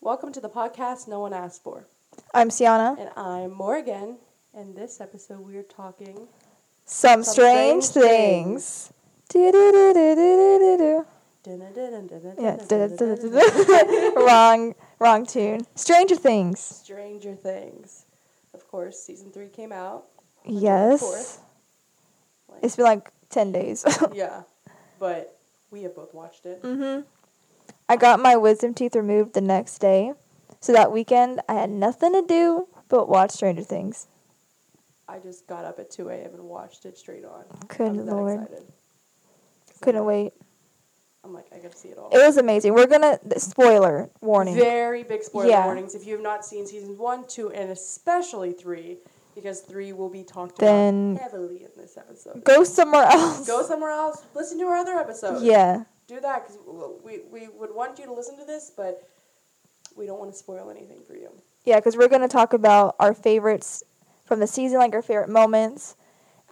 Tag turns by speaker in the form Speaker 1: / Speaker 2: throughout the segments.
Speaker 1: Welcome to the podcast no one asked for.
Speaker 2: I'm Sienna.
Speaker 1: And I'm Morgan. And this episode we're talking
Speaker 2: Some, strange,
Speaker 1: strange
Speaker 2: things. Do-do-do-do-do-do-do. Yeah. du-du-du-du-du-du. wrong, wrong tune. Stranger Things.
Speaker 1: Stranger Things. Of course, season three came out. on July
Speaker 2: Yes.
Speaker 1: 4th. Like,
Speaker 2: It's been like ten days.
Speaker 1: yeah. But we have both watched it.
Speaker 2: mhm. I got my wisdom teeth removed the next day, so that weekend I had nothing to do but watch Stranger Things.
Speaker 1: I just got up at 2 a.m. and watched it straight on.
Speaker 2: Good
Speaker 1: I was that
Speaker 2: lord.
Speaker 1: excited. 'Cause
Speaker 2: Couldn't
Speaker 1: I'm,
Speaker 2: wait.
Speaker 1: I'm like, I gotta see it all.
Speaker 2: It was amazing. We're gonna th- spoiler warning.
Speaker 1: Very big spoiler
Speaker 2: Yeah.
Speaker 1: warnings. If you have not seen seasons one, two, and especially three, because three will be talked
Speaker 2: Then-
Speaker 1: about heavily in this episode.
Speaker 2: Go somewhere else.
Speaker 1: Go somewhere else. Listen to our other episode.
Speaker 2: Yeah.
Speaker 1: Do that because we, we would want you to listen to this, but we don't want to spoil anything for you.
Speaker 2: Yeah, because we're going to talk about our favorites from the season, like our favorite moments,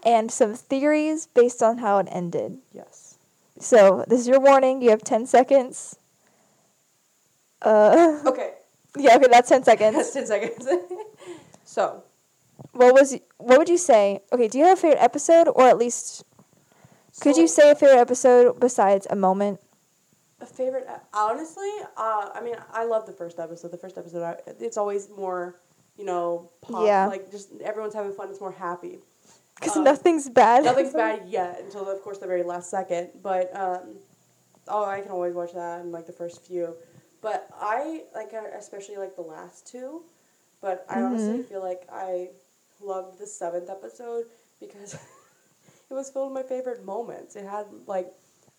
Speaker 2: and some theories based on how it ended.
Speaker 1: Yes.
Speaker 2: So, this is your warning. You have 10 seconds. Uh,
Speaker 1: Okay.
Speaker 2: yeah, okay, that's 10
Speaker 1: That's
Speaker 2: seconds.
Speaker 1: 10 seconds. so,
Speaker 2: What was what would you say? Okay, do you have a favorite episode or at least could
Speaker 1: so
Speaker 2: you say a favorite episode besides a moment?
Speaker 1: a favorite? e- Honestly, uh, I mean, I love the first episode. The first episode, I, it's always more, you know, pop.
Speaker 2: Yeah.
Speaker 1: Like, just everyone's having fun. It's more happy.
Speaker 2: Cuz
Speaker 1: Um,
Speaker 2: nothing's bad.
Speaker 1: Nothing's bad yet until, of course, the very last second. But um, oh, I can always watch that and like the first few. But I like uh, especially like the last two. But I honestly feel like I loved the seventh episode because it was filled with my favorite moments. It had like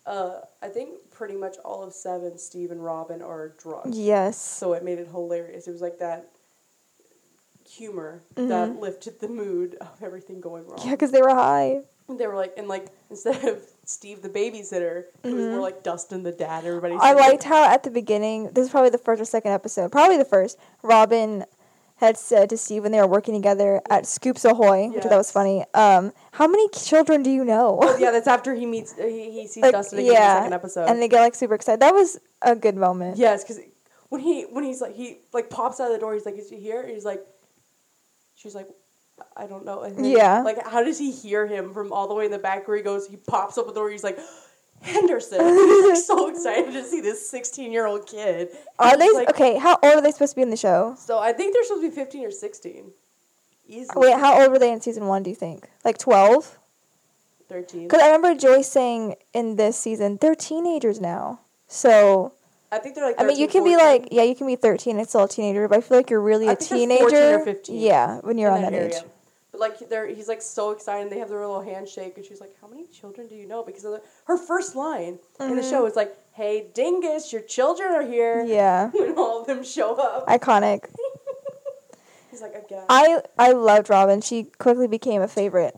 Speaker 1: uh, I think pretty much all of seven. Steve and Robin are drunk,
Speaker 2: Yes.
Speaker 1: so it made it hilarious. It was like that humor that lifted the mood of everything going wrong
Speaker 2: Yeah, cuz they were high.
Speaker 1: they were like, and like instead of Steve the babysitter, it was more like Dustin the dad. Everybody.
Speaker 2: Mm-hmm. I
Speaker 1: said-
Speaker 2: liked how at the beginning, this is probably the first or second episode, probably the first, Robin had said to Steve when they were working together at Scoops Ahoy, which I thought was
Speaker 1: Yes.
Speaker 2: funny, um, how many children do you know?
Speaker 1: Yeah, that's after he meets. He, he sees
Speaker 2: Like,
Speaker 1: Dustin again in the second episode.
Speaker 2: And they get like super excited. That was a good moment.
Speaker 1: yes, because when he when he's like he like pops out of the door, he's like, "Is he here?" And he's like, "She's like." I don't know. And then,
Speaker 2: Yeah.
Speaker 1: Like, how does he hear him from all the way in the back where he goes? He pops up the door. He's like, Henderson. he's like so excited to see this sixteen-year-old kid.
Speaker 2: Are
Speaker 1: And
Speaker 2: they
Speaker 1: it's like-
Speaker 2: okay? How old are they supposed to be in the show?
Speaker 1: So I think they're supposed to be fifteen or sixteen. Easy.
Speaker 2: Wait, how old were they in season one? Do you think like twelve?
Speaker 1: Thirteen.
Speaker 2: Because I remember Joyce saying in this season they're teenagers now. So
Speaker 1: I think they're like.
Speaker 2: I mean, you
Speaker 1: 13,
Speaker 2: can be
Speaker 1: 14.
Speaker 2: like, yeah, you can be 13 and still a teenager, but I feel like you're really
Speaker 1: I
Speaker 2: a
Speaker 1: think they're 14 or
Speaker 2: teenager.
Speaker 1: 15.
Speaker 2: Yeah, when you're
Speaker 1: in
Speaker 2: on that,
Speaker 1: area.
Speaker 2: age.
Speaker 1: But like they're, he's like so excited. They have their little handshake, and she's like, "How many children do you know?" Because of the, her first line in the show is like, "Hey, Dingus, your children are here."
Speaker 2: Mm-hmm. Yeah,
Speaker 1: When all of them show up,
Speaker 2: iconic.
Speaker 1: he's like, "Again,
Speaker 2: I I loved Robin. She quickly became a favorite.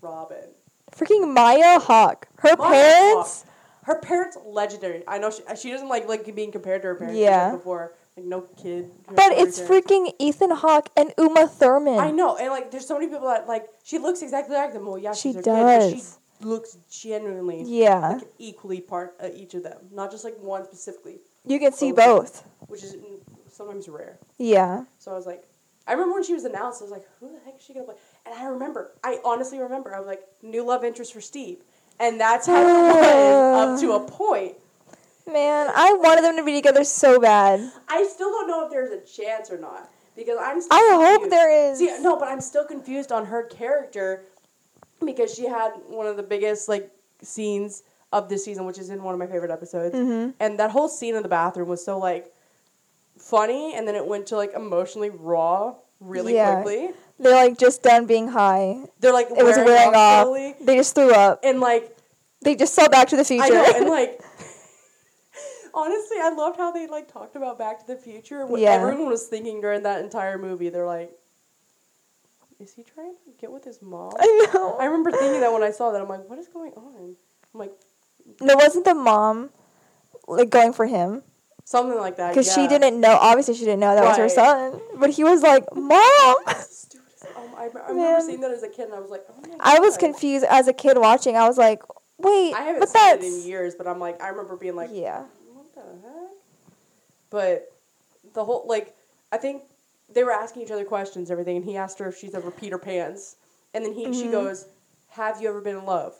Speaker 1: Robin."
Speaker 2: Freaking Maya Hawk. Her
Speaker 1: Maya
Speaker 2: parents.
Speaker 1: Her parents legendary. I know she, she doesn't like like being compared to her parents. she
Speaker 2: Yeah.
Speaker 1: said before like no kid.
Speaker 2: But it's freaking Ethan Hawke and Uma Thurman.
Speaker 1: I know, and like there's so many people that like she looks exactly like them. Well, yeah,
Speaker 2: She
Speaker 1: she's her kid, but
Speaker 2: does.
Speaker 1: she looks genuinely
Speaker 2: Yeah,
Speaker 1: like equally part uh, each of them, not just like one specifically,
Speaker 2: you can see
Speaker 1: both.
Speaker 2: both.
Speaker 1: which is n- sometimes rare.
Speaker 2: Yeah,
Speaker 1: So I was like, I remember when she was announced, I was like, who the heck is she gonna play? And I remember, I honestly remember, I was like, new love interest for Steve, and that's how it was up to a point.
Speaker 2: man, I wanted them to be together so bad.
Speaker 1: I still don't know if there's a chance or not because I'm. Still
Speaker 2: I hope
Speaker 1: confused.
Speaker 2: there is.
Speaker 1: See, no, but I'm still confused on her character because she had one of the biggest like scenes of this season, which is in one of my favorite episodes.
Speaker 2: Mm-hmm.
Speaker 1: And that whole scene in the bathroom was so like funny, and then it went to like emotionally raw really
Speaker 2: Yeah.
Speaker 1: quickly.
Speaker 2: They're like just done being high.
Speaker 1: They're like
Speaker 2: It was wearing off.
Speaker 1: slowly,
Speaker 2: They just threw up.
Speaker 1: and like
Speaker 2: They just saw Back to the Future.
Speaker 1: I know, and like. Honestly, I loved how they like talked about Back to the Future. and What
Speaker 2: Yeah.
Speaker 1: everyone was thinking during that entire movie, they're like, "Is he trying to get with his mom?"
Speaker 2: I know.
Speaker 1: I remember thinking that when I saw that, I'm like, "What is going on?" I'm like,
Speaker 2: No, wasn't the mom like going for him?
Speaker 1: something like that
Speaker 2: Because she
Speaker 1: Uh, yeah.
Speaker 2: didn't know. Obviously, she didn't know that was her
Speaker 1: Right.
Speaker 2: son. But he was like, "Mom."
Speaker 1: It's the stupidest- Oh, my- I, rem- I remember
Speaker 2: Man.
Speaker 1: seeing that as a kid, and I was like, "Oh my god!"
Speaker 2: I was confused as a kid watching. I was like, "Wait,
Speaker 1: I haven't
Speaker 2: but
Speaker 1: seen
Speaker 2: that's
Speaker 1: it in years, but I'm like, I remember being like,
Speaker 2: yeah."
Speaker 1: "What the heck?" But the whole like I think they were asking each other questions, and everything, and he asked her if she's ever peed her pants, and then he
Speaker 2: Mm-hmm.
Speaker 1: she goes, "Have you ever been in love?"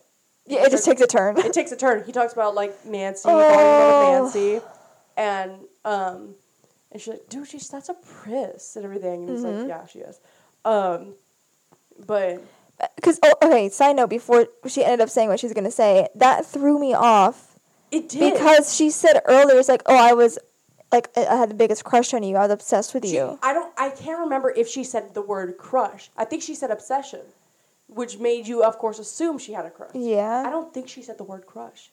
Speaker 2: Yeah, it just takes a turn.
Speaker 1: It takes a turn. He talks about like Nancy,
Speaker 2: Oh.
Speaker 1: calling her Nancy, and um, and she's like, "Dude, she's such a priss and everything." And it's
Speaker 2: Mm-hmm.
Speaker 1: like, "Yeah, she is," um, but
Speaker 2: Because oh, okay, side note. Before she ended up saying what she was gonna say, that threw me off
Speaker 1: it did
Speaker 2: because she said earlier, "It's like, oh, I was." Like I I had the biggest crush on you. I was obsessed with
Speaker 1: She-
Speaker 2: you.
Speaker 1: I don't. I can't remember if she said the word crush. I think she said obsession, which made you, of course, assume she had a crush.
Speaker 2: Yeah. Oh
Speaker 1: I don't think she said the word crush.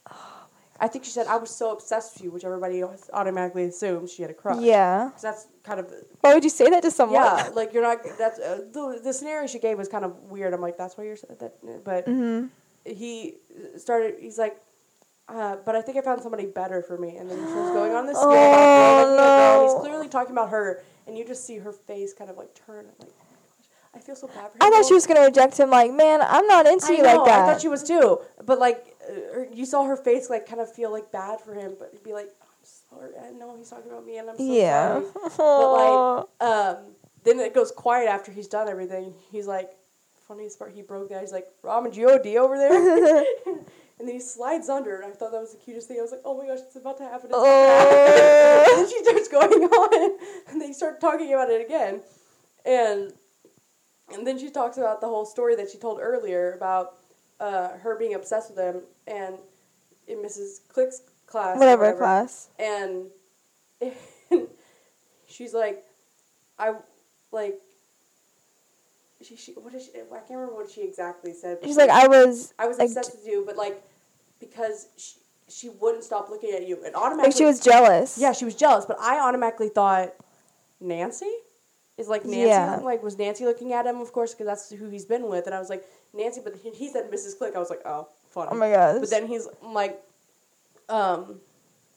Speaker 1: I think she said I was so obsessed with you, which everybody always automatically assumes she had a crush.
Speaker 2: Yeah.
Speaker 1: 'Cause that's kind of
Speaker 2: Why would you say that to someone?
Speaker 1: yeah, like you're not. That's uh, the the scenario she gave was kind of weird. I'm like, that's why you're s- that. But
Speaker 2: Mm-hmm.
Speaker 1: he started. He's like, uh, but I think I found somebody better for me. And then she was going on this. spiel about her, looking
Speaker 2: Oh,
Speaker 1: at her, and
Speaker 2: no.
Speaker 1: He's clearly talking about her, and you just see her face kind of like turn. I'm like, oh my gosh, I feel so bad for.
Speaker 2: I
Speaker 1: him.
Speaker 2: thought she was gonna reject him. Like, man, I'm not into
Speaker 1: I
Speaker 2: you
Speaker 1: know,
Speaker 2: like that.
Speaker 1: I thought she was too, but like, uh, her- you saw her face like kind of feel like bad for him, but be like, I'm sorry. I know he's talking about me, and I'm so
Speaker 2: yeah.
Speaker 1: sorry. But
Speaker 2: Oh.
Speaker 1: like, um, then it goes quiet after he's done everything. He's like, funniest part, he broke that. He's like, Ramen G.O.D. over there. and then he slides under, and I thought that was the cutest thing. I was like, oh my gosh, it's about to happen. It's
Speaker 2: Oh.
Speaker 1: and then she starts going on, and they start talking about it again. And and then she talks about the whole story that she told earlier about uh, her being obsessed with him and in Mrs. Click's class. or
Speaker 2: whatever, class.
Speaker 1: and she's like, I like. She, she what is she, I can't remember what she exactly said. but
Speaker 2: She's
Speaker 1: she-
Speaker 2: like, I was.
Speaker 1: I was
Speaker 2: like,
Speaker 1: obsessed with you, but like because she, she wouldn't stop looking at you, and automatically
Speaker 2: Like she was jealous.
Speaker 1: yeah she was jealous. But I automatically thought Nancy is like Nancy
Speaker 2: Yeah.
Speaker 1: like was Nancy looking at him of course because that's who he's been with, and I was like Nancy, but he, he said Mrs. Click. I was like oh funny.
Speaker 2: Oh my gosh.
Speaker 1: But then he's like. Um,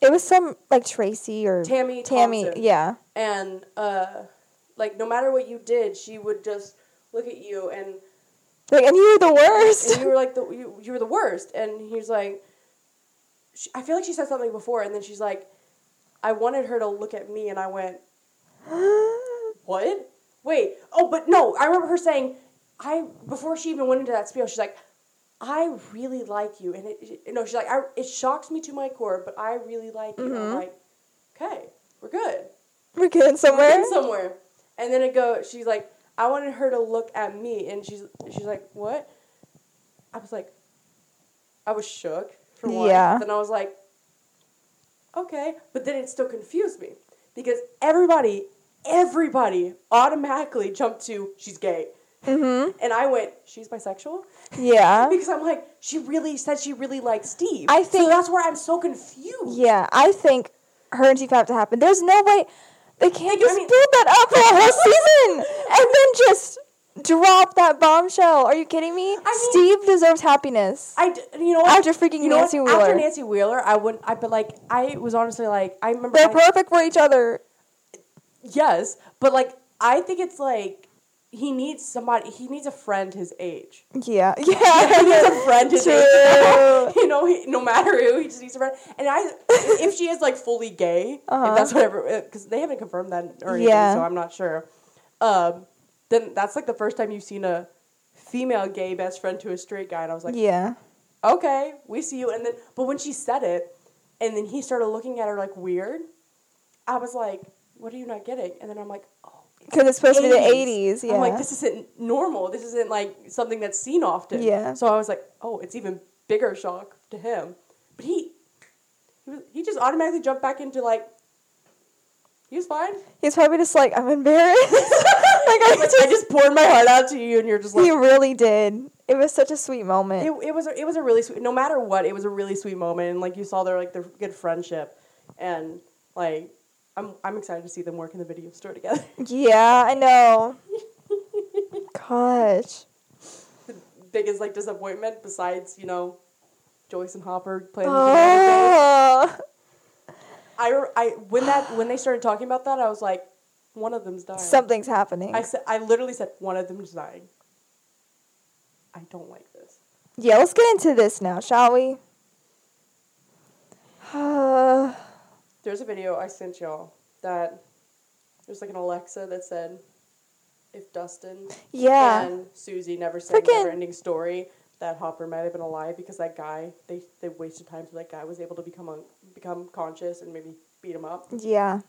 Speaker 2: It was some like Tracy or
Speaker 1: Tammy
Speaker 2: Tammy.
Speaker 1: Thompson.
Speaker 2: Yeah.
Speaker 1: and uh like no matter what you did she would just look at you and,
Speaker 2: Like, and you were the worst.
Speaker 1: and you were like the you, you were the worst and he's like she, i feel like she said something before and then she's like i wanted her to look at me and i went what wait oh but no i remember her saying i before she even went into that spiel she's like i really like you and it no she's like I, it shocks me to my core but i really like you i'm like okay we're good
Speaker 2: we're getting
Speaker 1: We're
Speaker 2: somewhere.
Speaker 1: in somewhere. And then it goes. She's like, I wanted her to look at me, and she's she's like, what? I was like, I was shook for one.
Speaker 2: Yeah.
Speaker 1: Then I was like, okay, but then it still confused me because everybody, everybody automatically jumped to she's gay,
Speaker 2: mm-hmm.
Speaker 1: and I went, she's bisexual
Speaker 2: Yeah.
Speaker 1: because I'm like, she really said she really liked Steve.
Speaker 2: I
Speaker 1: so
Speaker 2: think-
Speaker 1: that's where I'm so confused.
Speaker 2: Yeah. I think her and Steve have to happen. There's no way they can't
Speaker 1: Like, I
Speaker 2: just
Speaker 1: mean-
Speaker 2: build that up for a whole season and then just drop that bombshell. Are you kidding me?
Speaker 1: I
Speaker 2: Steve deserves happiness.
Speaker 1: I d- you know what?
Speaker 2: After freaking
Speaker 1: You know
Speaker 2: Nancy
Speaker 1: what? After
Speaker 2: Wheeler.
Speaker 1: Nancy Wheeler, I wouldn't. I but like I was honestly like I remember.
Speaker 2: They're
Speaker 1: I-
Speaker 2: perfect for each other.
Speaker 1: yes, but like I think it's like he needs somebody. He needs a friend his age.
Speaker 2: Yeah.
Speaker 1: He needs
Speaker 2: Yeah.
Speaker 1: a friend his
Speaker 2: True.
Speaker 1: age. you know, he, no matter who, he just needs a friend. And I, if she is like fully gay,
Speaker 2: Uh-huh.
Speaker 1: if that's whatever, because they haven't confirmed that or anything,
Speaker 2: Yeah.
Speaker 1: so I'm not sure. Um, then that's like the first time you've seen a female gay best friend to a straight guy, and I was like,
Speaker 2: yeah.
Speaker 1: okay, we see you. And then, but when she said it, and then he started looking at her like weird, I was like, what are you not getting? And then I'm like, oh, it's
Speaker 2: Because it's supposed to be the 80s. Yeah.
Speaker 1: I'm like, this isn't normal. This isn't like something that's seen often.
Speaker 2: Yeah.
Speaker 1: So I was like, oh, it's even bigger shock to him. But he, he, was, he just automatically jumped back into like, he was fine.
Speaker 2: He's probably just like, I'm embarrassed. like, I
Speaker 1: Like, I
Speaker 2: just,
Speaker 1: just poured my heart out to you, and you're just like,
Speaker 2: he really did. It was such a sweet
Speaker 1: it,
Speaker 2: moment.
Speaker 1: it was a, it was a really sweet no matter what it was a really sweet moment and like you saw their like their good friendship and like I'm I'm excited to see them work in the video store together.
Speaker 2: yeah, I know. Gosh.
Speaker 1: the biggest like disappointment besides you know Joyce and Hopper playing. the game.
Speaker 2: Oh.
Speaker 1: I re- I when that when they started talking about that I was like one of them's dying.
Speaker 2: Oh. Something's happening.
Speaker 1: I said I literally said one of them's dying. I don't like this.
Speaker 2: yeah, let's get into this now, shall we? Uh,
Speaker 1: There's a video I sent y'all that There's like an Alexa that said, "If Dustin
Speaker 2: Yeah.
Speaker 1: and Susie never said
Speaker 2: Frickin-
Speaker 1: never ending story, that Hopper might have been alive because that guy they they wasted time so that guy was able to become un- become conscious and maybe beat him up.
Speaker 2: yeah.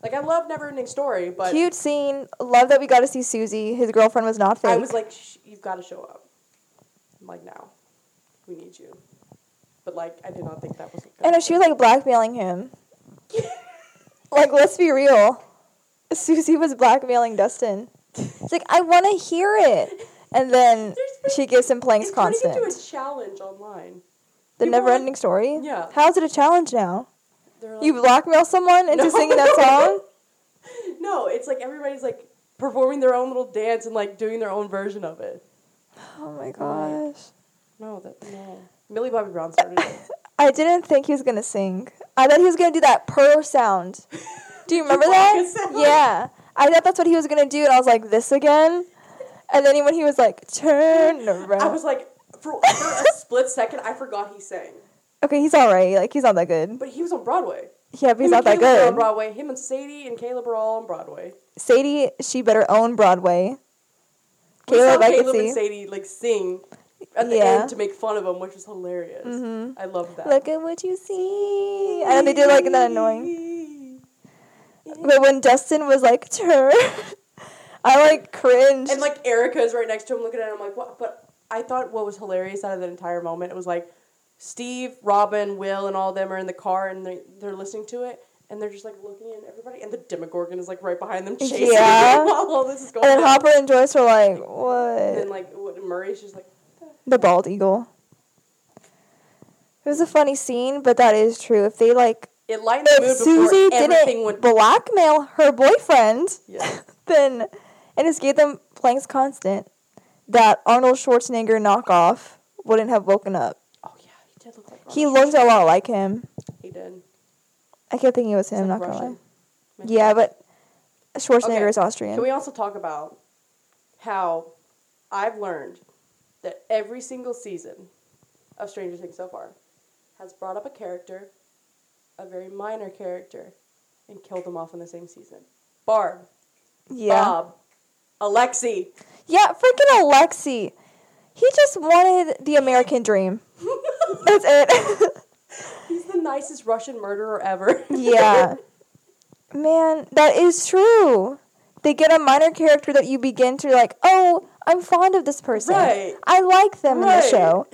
Speaker 1: Like I love never ending story, but
Speaker 2: Cute scene. Love that we got to see Susie. His girlfriend was not fake.
Speaker 1: I was like, Sh- you've got to show up. I'm like now, we need you. But like I did not think that was.
Speaker 2: and if she was like blackmailing him. like, let's be real. Susie was blackmailing Dustin. She's like, I want to hear it. And then
Speaker 1: There's-
Speaker 2: she gives him Planck's
Speaker 1: it's turning
Speaker 2: constant.
Speaker 1: into a challenge online.
Speaker 2: the
Speaker 1: people are-
Speaker 2: never ending story?
Speaker 1: Yeah.
Speaker 2: How's it a challenge now?
Speaker 1: They're
Speaker 2: You blackmail someone into
Speaker 1: No.
Speaker 2: singing that song?
Speaker 1: No, it's like everybody's like performing their own little dance and like doing their own version of it.
Speaker 2: Oh my gosh.
Speaker 1: No, that no. Millie Bobby Brown started it.
Speaker 2: I didn't think he was gonna sing. I thought he was gonna do that purr sound. Do you remember that?
Speaker 1: Chewbacca sound.
Speaker 2: Yeah. I thought that's what he was gonna do, and I was like, this again? And then when he was like, turn
Speaker 1: I
Speaker 2: around.
Speaker 1: was like, for, for a split second, I forgot he sang,
Speaker 2: okay, he's alright. Like, he's not that good.
Speaker 1: but he was on Broadway.
Speaker 2: Yeah, but he's
Speaker 1: Him and
Speaker 2: not that
Speaker 1: Caleb were on
Speaker 2: good.
Speaker 1: Broadway. Him and Sadie and Caleb are all on Broadway.
Speaker 2: Sadie, she better own Broadway.
Speaker 1: We
Speaker 2: Caleb,
Speaker 1: saw
Speaker 2: I could
Speaker 1: Caleb and
Speaker 2: see.
Speaker 1: Sadie like sing at the
Speaker 2: Yeah. Mm-hmm.
Speaker 1: end to make fun of him, which was hilarious. I love that.
Speaker 2: Look at what you see. And they did like that annoying. But when Dustin was like, turn, I like cringed.
Speaker 1: And like Erica's right next to him looking at him like what but I thought what was hilarious out of that entire moment it was like Steve, Robin, Will and all of them are in the car and they they're listening to it and they're just like looking at everybody and the Demogorgon is like right behind them chasing
Speaker 2: Yeah.
Speaker 1: them while all this is going
Speaker 2: and then
Speaker 1: on.
Speaker 2: Hopper and Joyce were like,
Speaker 1: And
Speaker 2: what?
Speaker 1: then like what Murray's just like
Speaker 2: The bald eagle. It was a funny scene, but that is true. If they like,
Speaker 1: it lightened the mood
Speaker 2: if
Speaker 1: before
Speaker 2: Susie
Speaker 1: everything
Speaker 2: didn't
Speaker 1: went
Speaker 2: blackmail her boyfriend,
Speaker 1: Yeah.
Speaker 2: then and just gave them Planck's constant, that Arnold Schwarzenegger knockoff wouldn't have woken up.
Speaker 1: Oh yeah, he did look like
Speaker 2: He
Speaker 1: Arnold
Speaker 2: looked a lot like him.
Speaker 1: Schwarzenegger. he did.
Speaker 2: I kept thinking it was
Speaker 1: He's,
Speaker 2: him.
Speaker 1: like,
Speaker 2: not gonna lie.
Speaker 1: Russian. Maybe.
Speaker 2: Yeah, but Schwarzenegger
Speaker 1: Okay.
Speaker 2: is Austrian.
Speaker 1: Can we also talk about how I've learned that every single season of Stranger Things so far has brought up a character, a very minor character, and killed them off in the same season. Barb,
Speaker 2: yeah.
Speaker 1: Bob, Alexi.
Speaker 2: Yeah, freaking Alexi. He just wanted the American dream. That's it.
Speaker 1: He's the nicest Russian murderer ever.
Speaker 2: yeah. Man, that is true. They get a minor character that you begin to like, oh, I'm fond of this person.
Speaker 1: Right.
Speaker 2: I like them in the
Speaker 1: Right.
Speaker 2: show.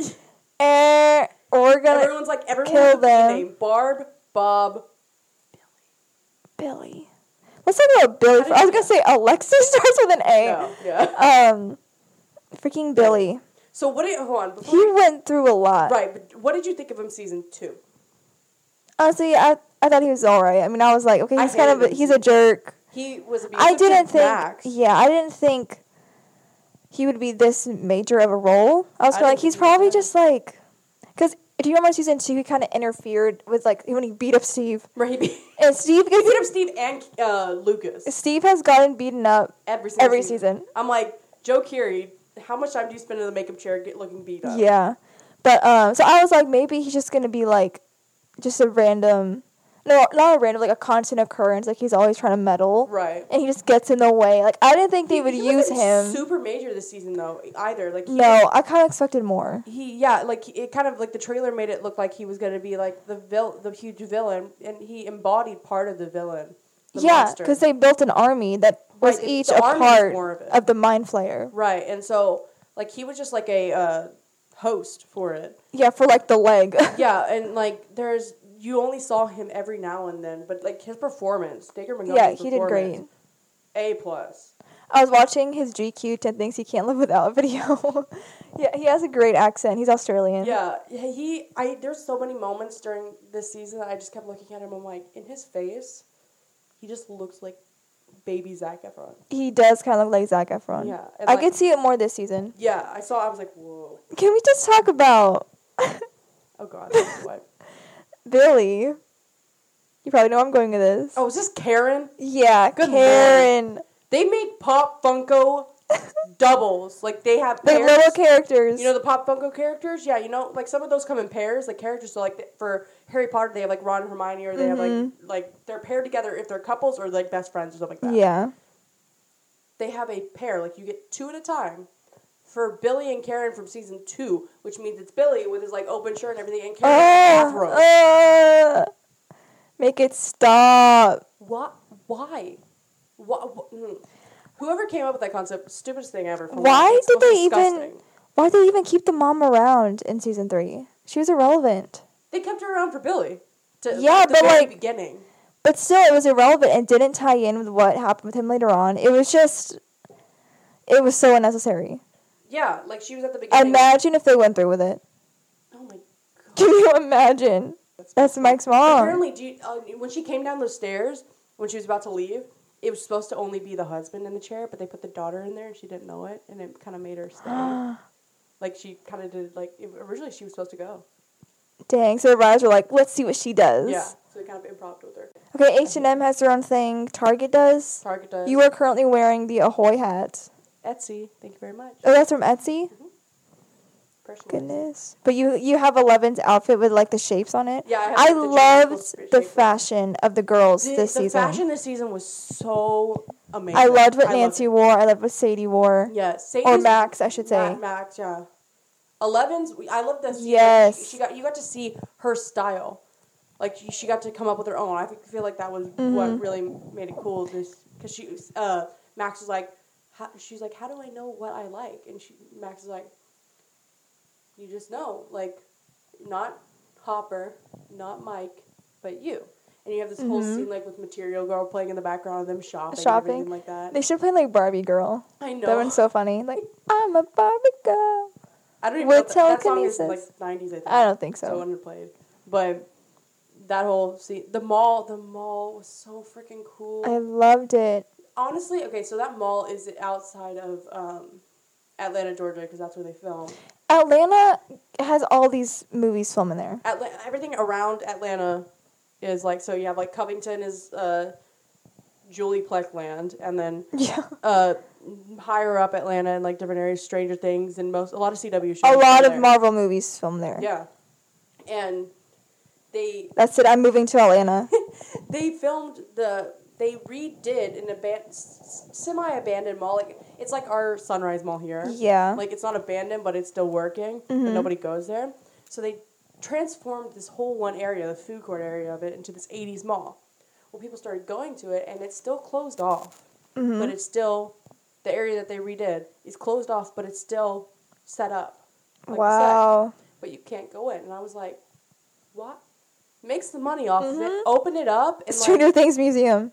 Speaker 2: And we're gonna
Speaker 1: Everyone's like everyone
Speaker 2: Kill
Speaker 1: has a
Speaker 2: them.
Speaker 1: them. name. Barb, Bob.
Speaker 2: Billy. Let's talk about Billy.
Speaker 1: How
Speaker 2: fir-
Speaker 1: did
Speaker 2: I was
Speaker 1: you-
Speaker 2: gonna say Alexi starts with an A.
Speaker 1: No, yeah.
Speaker 2: Um, freaking Billy.
Speaker 1: So what? Did, hold on. Before
Speaker 2: He
Speaker 1: we-
Speaker 2: went through a lot.
Speaker 1: right. But what did you think of him season two?
Speaker 2: Honestly, I I thought he was all right. I mean, I was like, okay,
Speaker 1: I
Speaker 2: he's kind of
Speaker 1: hated
Speaker 2: a,
Speaker 1: him.
Speaker 2: he's a jerk.
Speaker 1: He was. abusive
Speaker 2: I
Speaker 1: to
Speaker 2: didn't think.
Speaker 1: Max.
Speaker 2: Yeah, I didn't think he would be this major of a role. I was
Speaker 1: I
Speaker 2: kind of like,
Speaker 1: didn't
Speaker 2: he's
Speaker 1: think he
Speaker 2: probably
Speaker 1: would.
Speaker 2: just like, because do you remember season two? He kind of interfered with like when he beat up Steve,
Speaker 1: Right. He
Speaker 2: and Steve
Speaker 1: beat
Speaker 2: gets
Speaker 1: up Steve and uh, Lucas
Speaker 2: Steve has gotten beaten up.
Speaker 1: every single
Speaker 2: Every
Speaker 1: season.
Speaker 2: season.
Speaker 1: I'm like Joe Keery. How much time do you spend in the makeup chair get looking beat up?
Speaker 2: Yeah, but um, so I was like, maybe he's just gonna be like, just a random, no, not a random, like a constant occurrence. Like he's always trying to meddle.
Speaker 1: Right.
Speaker 2: and he just gets in the way. Like I didn't think they would
Speaker 1: He
Speaker 2: use
Speaker 1: wasn't
Speaker 2: him.
Speaker 1: Super major this season though either. Like he,
Speaker 2: no, I kind of expected more.
Speaker 1: He yeah like he- it kind of like the trailer made it look like he was gonna be like the vil- the huge villain and he embodied part of the villain. The
Speaker 2: yeah,
Speaker 1: monster.
Speaker 2: because they built an army that
Speaker 1: Right,
Speaker 2: was
Speaker 1: the-
Speaker 2: each
Speaker 1: the
Speaker 2: a
Speaker 1: army was
Speaker 2: part
Speaker 1: more of
Speaker 2: of,
Speaker 1: it.
Speaker 2: the mind flayer.
Speaker 1: right and so like he was just like a uh, host for it.
Speaker 2: Yeah, for like the leg.
Speaker 1: Yeah, and like there's you only saw him every now and then, but like his performance, Dacre
Speaker 2: yeah,
Speaker 1: Montgomery's
Speaker 2: he did great.
Speaker 1: performance, A plus.
Speaker 2: I was watching his GQ 10 Things He Can't Live Without video. yeah, he has a great accent. He's Australian.
Speaker 1: Yeah, he I there's so many moments during this season that I just kept looking at him. I'm like, in his face, he just looks like baby Zac Efron.
Speaker 2: He does kind of look like Zac Efron.
Speaker 1: Yeah,
Speaker 2: I
Speaker 1: and, like-
Speaker 2: could see it more this season.
Speaker 1: Yeah, I saw. I was like, whoa,
Speaker 2: Can we just talk about
Speaker 1: oh god, that's what?
Speaker 2: Billy? You probably know where I'm going with Oh, this.
Speaker 1: Oh, is this Karen?
Speaker 2: yeah,
Speaker 1: Good
Speaker 2: Karen.
Speaker 1: They make Pop Funko doubles. Like they have
Speaker 2: Like
Speaker 1: pairs.
Speaker 2: little characters.
Speaker 1: You know the Pop Funko characters? Yeah, you know, like some of those come in pairs. Like characters, so like th- for Harry Potter, they have like Ron and Hermione, or they have like like they're paired together if they're couples or like best friends or something like that.
Speaker 2: Mm-hmm. yeah.
Speaker 1: they have a pair. Like you get two at a time for Billy and Karen from season two, which means it's Billy with his like open shirt and everything, and Karen with
Speaker 2: Oh,
Speaker 1: a bathrobe.
Speaker 2: oh, make it stop.
Speaker 1: Why? Why? Why? wh- mm. Whoever came up with that concept, stupidest thing ever. for one.
Speaker 2: Why
Speaker 1: It's
Speaker 2: did
Speaker 1: the most
Speaker 2: they even-
Speaker 1: disgusting.
Speaker 2: Why did they even keep the mom around in season three? She was irrelevant.
Speaker 1: They kept her around for Billy. To,
Speaker 2: Yeah,
Speaker 1: at the
Speaker 2: but,
Speaker 1: very
Speaker 2: like-
Speaker 1: beginning.
Speaker 2: But still, it was irrelevant and didn't tie in with what happened with him later on. It was just, it was so unnecessary.
Speaker 1: Yeah, like she was at the beginning.
Speaker 2: Imagine if they went through with it.
Speaker 1: oh my
Speaker 2: Can
Speaker 1: god.
Speaker 2: you imagine? That's Mike's mom.
Speaker 1: Apparently, do you, uh, when she came down those stairs when she was about to leave, it was supposed to only be the husband in the chair, but they put the daughter in there and she didn't know it, and it kind of made her stay. like she kind of did. Like it, originally, she was supposed to go.
Speaker 2: Dang. So the writers were like, let's see what she does.
Speaker 1: Yeah, so they kind of improv with her.
Speaker 2: Okay. H and M has their own thing. Target does.
Speaker 1: Target does.
Speaker 2: You are currently wearing the Ahoy hat.
Speaker 1: Etsy. Thank you very much.
Speaker 2: Oh, that's from Etsy.
Speaker 1: Personalized.
Speaker 2: Goodness. But you you have Eleven's outfit with like the shapes on it.
Speaker 1: Yeah, I have,
Speaker 2: I
Speaker 1: like, the giant
Speaker 2: loved
Speaker 1: little
Speaker 2: the
Speaker 1: shape.
Speaker 2: fashion of the girls
Speaker 1: The,
Speaker 2: this
Speaker 1: the
Speaker 2: season.
Speaker 1: fashion this season was so amazing.
Speaker 2: I loved what Nancy
Speaker 1: it.
Speaker 2: wore. I loved what Sadie wore.
Speaker 1: Yeah, Sadie's,
Speaker 2: Or Max, I should say.
Speaker 1: Ma- Max, yeah. Elevens, we- I love this.
Speaker 2: Yes.
Speaker 1: she, she got you got to see her style, like she- she got to come up with her own. I think- feel like that was
Speaker 2: Mm-hmm.
Speaker 1: what really made it cool. This because she, was- uh, Max was like, how, she's like, how do I know what I like? And she, Max is like, you just know, like, not Hopper, not Mike, but you. And you have this whole scene like with Material Girl playing in the background of them shopping, and
Speaker 2: Mm-hmm. Shopping.
Speaker 1: everything like that.
Speaker 2: They should play like Barbie Girl.
Speaker 1: I know.
Speaker 2: That one's so funny. Like I'm a Barbie girl.
Speaker 1: I don't even
Speaker 2: With
Speaker 1: know that, that song is like
Speaker 2: telekinesis.
Speaker 1: 90s, I think.
Speaker 2: I don't think so.
Speaker 1: So underplayed. But that whole scene, the mall, the mall was so freaking cool.
Speaker 2: I loved it.
Speaker 1: Honestly, okay, so that mall is outside of um, Atlanta, Georgia, because that's where they film.
Speaker 2: Atlanta has all these movies filmed in there.
Speaker 1: Atla- everything around Atlanta is like, so you have like Covington is uh, Julie Plec land, and then
Speaker 2: Yeah.
Speaker 1: uh, higher up Atlanta and like different areas, Stranger Things, and most, a lot of CW shows.
Speaker 2: A
Speaker 1: are
Speaker 2: lot of
Speaker 1: there.
Speaker 2: Marvel movies filmed there.
Speaker 1: Yeah. And they
Speaker 2: That's it. I'm moving to Atlanta.
Speaker 1: they filmed the they redid an aban- semi abandoned mall. Like it's like our Sunrise Mall here.
Speaker 2: Yeah. Mm-hmm.
Speaker 1: Like it's not abandoned, but it's still working, but nobody goes there. So they transformed this whole one area, the food court area of it, into this '80s mall. Well, people started going to it, and it's still closed off,
Speaker 2: Mm-hmm.
Speaker 1: but it's still the area that they redid is closed off, but it's still set up. like a set
Speaker 2: wow.
Speaker 1: but you can't go in. And I was like, what? Makes the money off of it. Open it up and
Speaker 2: Stranger
Speaker 1: like
Speaker 2: Things Museum.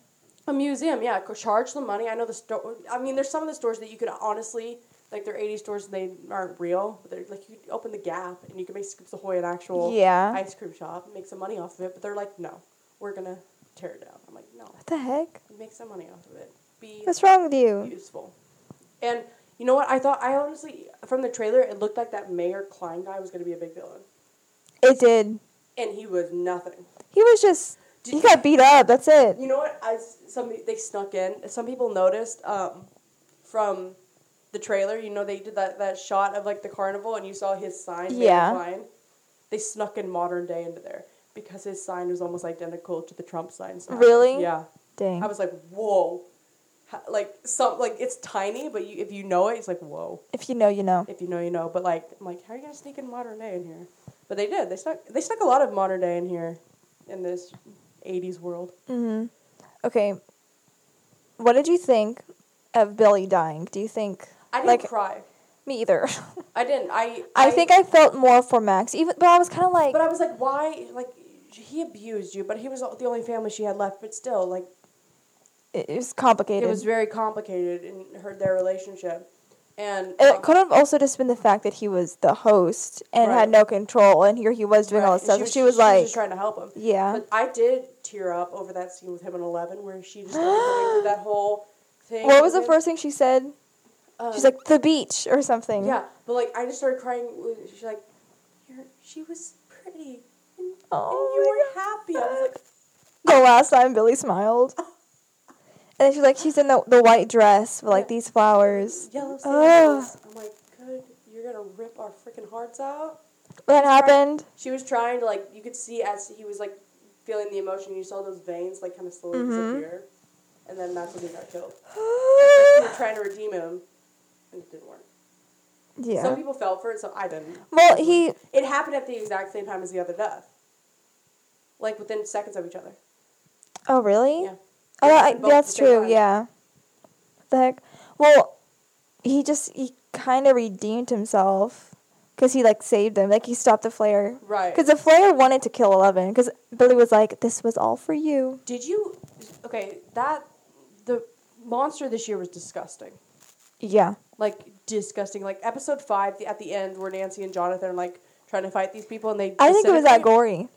Speaker 1: a museum. Yeah, co- charge the money. I know the store. I mean, there's some of the stores that you could honestly like. They're 80 stores. They aren't real, but they're like you could open the Gap and you can make Scoops Ahoy an actual
Speaker 2: Yeah.
Speaker 1: ice cream shop, and make some money off of it. But they're like, no, we're gonna tear it down. I'm like, no,
Speaker 2: What the heck?
Speaker 1: make some money off of it. Be
Speaker 2: What's wrong with you?
Speaker 1: useful. And you know what? I thought I honestly from the trailer it looked like that Mayor Klein guy was gonna be a big villain,
Speaker 2: It did.
Speaker 1: and he was nothing.
Speaker 2: He was just.
Speaker 1: Did-
Speaker 2: he got beat up. That's it.
Speaker 1: You know what? I some they snuck in. Some people noticed um, from the trailer. You know, they did that, that shot of like the carnival, and you saw his sign. Van
Speaker 2: Yeah.
Speaker 1: Klein. They snuck in modern day into there because his sign was almost identical to the Trump sign. sign.
Speaker 2: Really?
Speaker 1: Yeah.
Speaker 2: Dang.
Speaker 1: I was like, whoa. How- Like some like it's tiny, but you, if you know it, it's like whoa.
Speaker 2: if you know, you know.
Speaker 1: If you know, you know. But like, I'm like, how are you gonna sneak in modern day in here? But they did. They stuck. They stuck a lot of modern day in here, in this '80s world.
Speaker 2: hmm Okay. What did you think of Billy dying? Do you think
Speaker 1: I didn't
Speaker 2: like
Speaker 1: cry.
Speaker 2: me either?
Speaker 1: I didn't. I,
Speaker 2: I think I felt more for Max, even but I was kind of like,
Speaker 1: But I was like, why? Like, he abused you, but he was the only family she had left. But still, like,
Speaker 2: it, it was complicated.
Speaker 1: it was very complicated in her their relationship, and
Speaker 2: And
Speaker 1: um,
Speaker 2: it could have also just been the fact that he was the host and
Speaker 1: Right.
Speaker 2: had no control, and here he was doing all
Speaker 1: right,
Speaker 2: this stuff.
Speaker 1: and
Speaker 2: She, was like,
Speaker 1: just trying to help him.
Speaker 2: yeah.
Speaker 1: But I did tear up over that scene with him and Eleven, where she just like, going through that whole thing.
Speaker 2: what was the
Speaker 1: with-
Speaker 2: first thing she said?
Speaker 1: uh,
Speaker 2: She's like the beach or something.
Speaker 1: um, yeah, but like I just started crying. when She's like, You're, she was pretty, and, and
Speaker 2: Oh
Speaker 1: you
Speaker 2: my
Speaker 1: were happy. I was like,
Speaker 2: The last time Billy smiled. And she's like, she's in the, the white dress with like these flowers.
Speaker 1: Yellow
Speaker 2: Ugh.
Speaker 1: sandals. I'm like, good. You're gonna rip our freaking hearts out.
Speaker 2: That happened.
Speaker 1: She was trying to like, you could see as he was like feeling the emotion. You saw those veins like kind of slowly
Speaker 2: Mhm.
Speaker 1: disappear, and then that's when he got killed. You were
Speaker 2: yeah.
Speaker 1: trying to redeem him, and it didn't work. Some people fell for it, so I didn't.
Speaker 2: Well, he
Speaker 1: It happened at the exact same time as the other death. Like within seconds of each other.
Speaker 2: Oh really?
Speaker 1: Yeah.
Speaker 2: Oh,
Speaker 1: Yeah,
Speaker 2: I,
Speaker 1: both
Speaker 2: that's
Speaker 1: the same
Speaker 2: true.
Speaker 1: time.
Speaker 2: Yeah. What the heck? Well, he just he kind of redeemed himself because he like saved them. Like he stopped the flare
Speaker 1: Right.
Speaker 2: because the flare wanted to kill Eleven because Billy was like, "This was all for you."
Speaker 1: Did you? Okay, that the monster this year was disgusting.
Speaker 2: Yeah.
Speaker 1: Like disgusting. Like episode five the, at the end, where Nancy and Jonathan are like trying to fight these people, and they.
Speaker 2: I think it was that
Speaker 1: disintegrate.
Speaker 2: gory.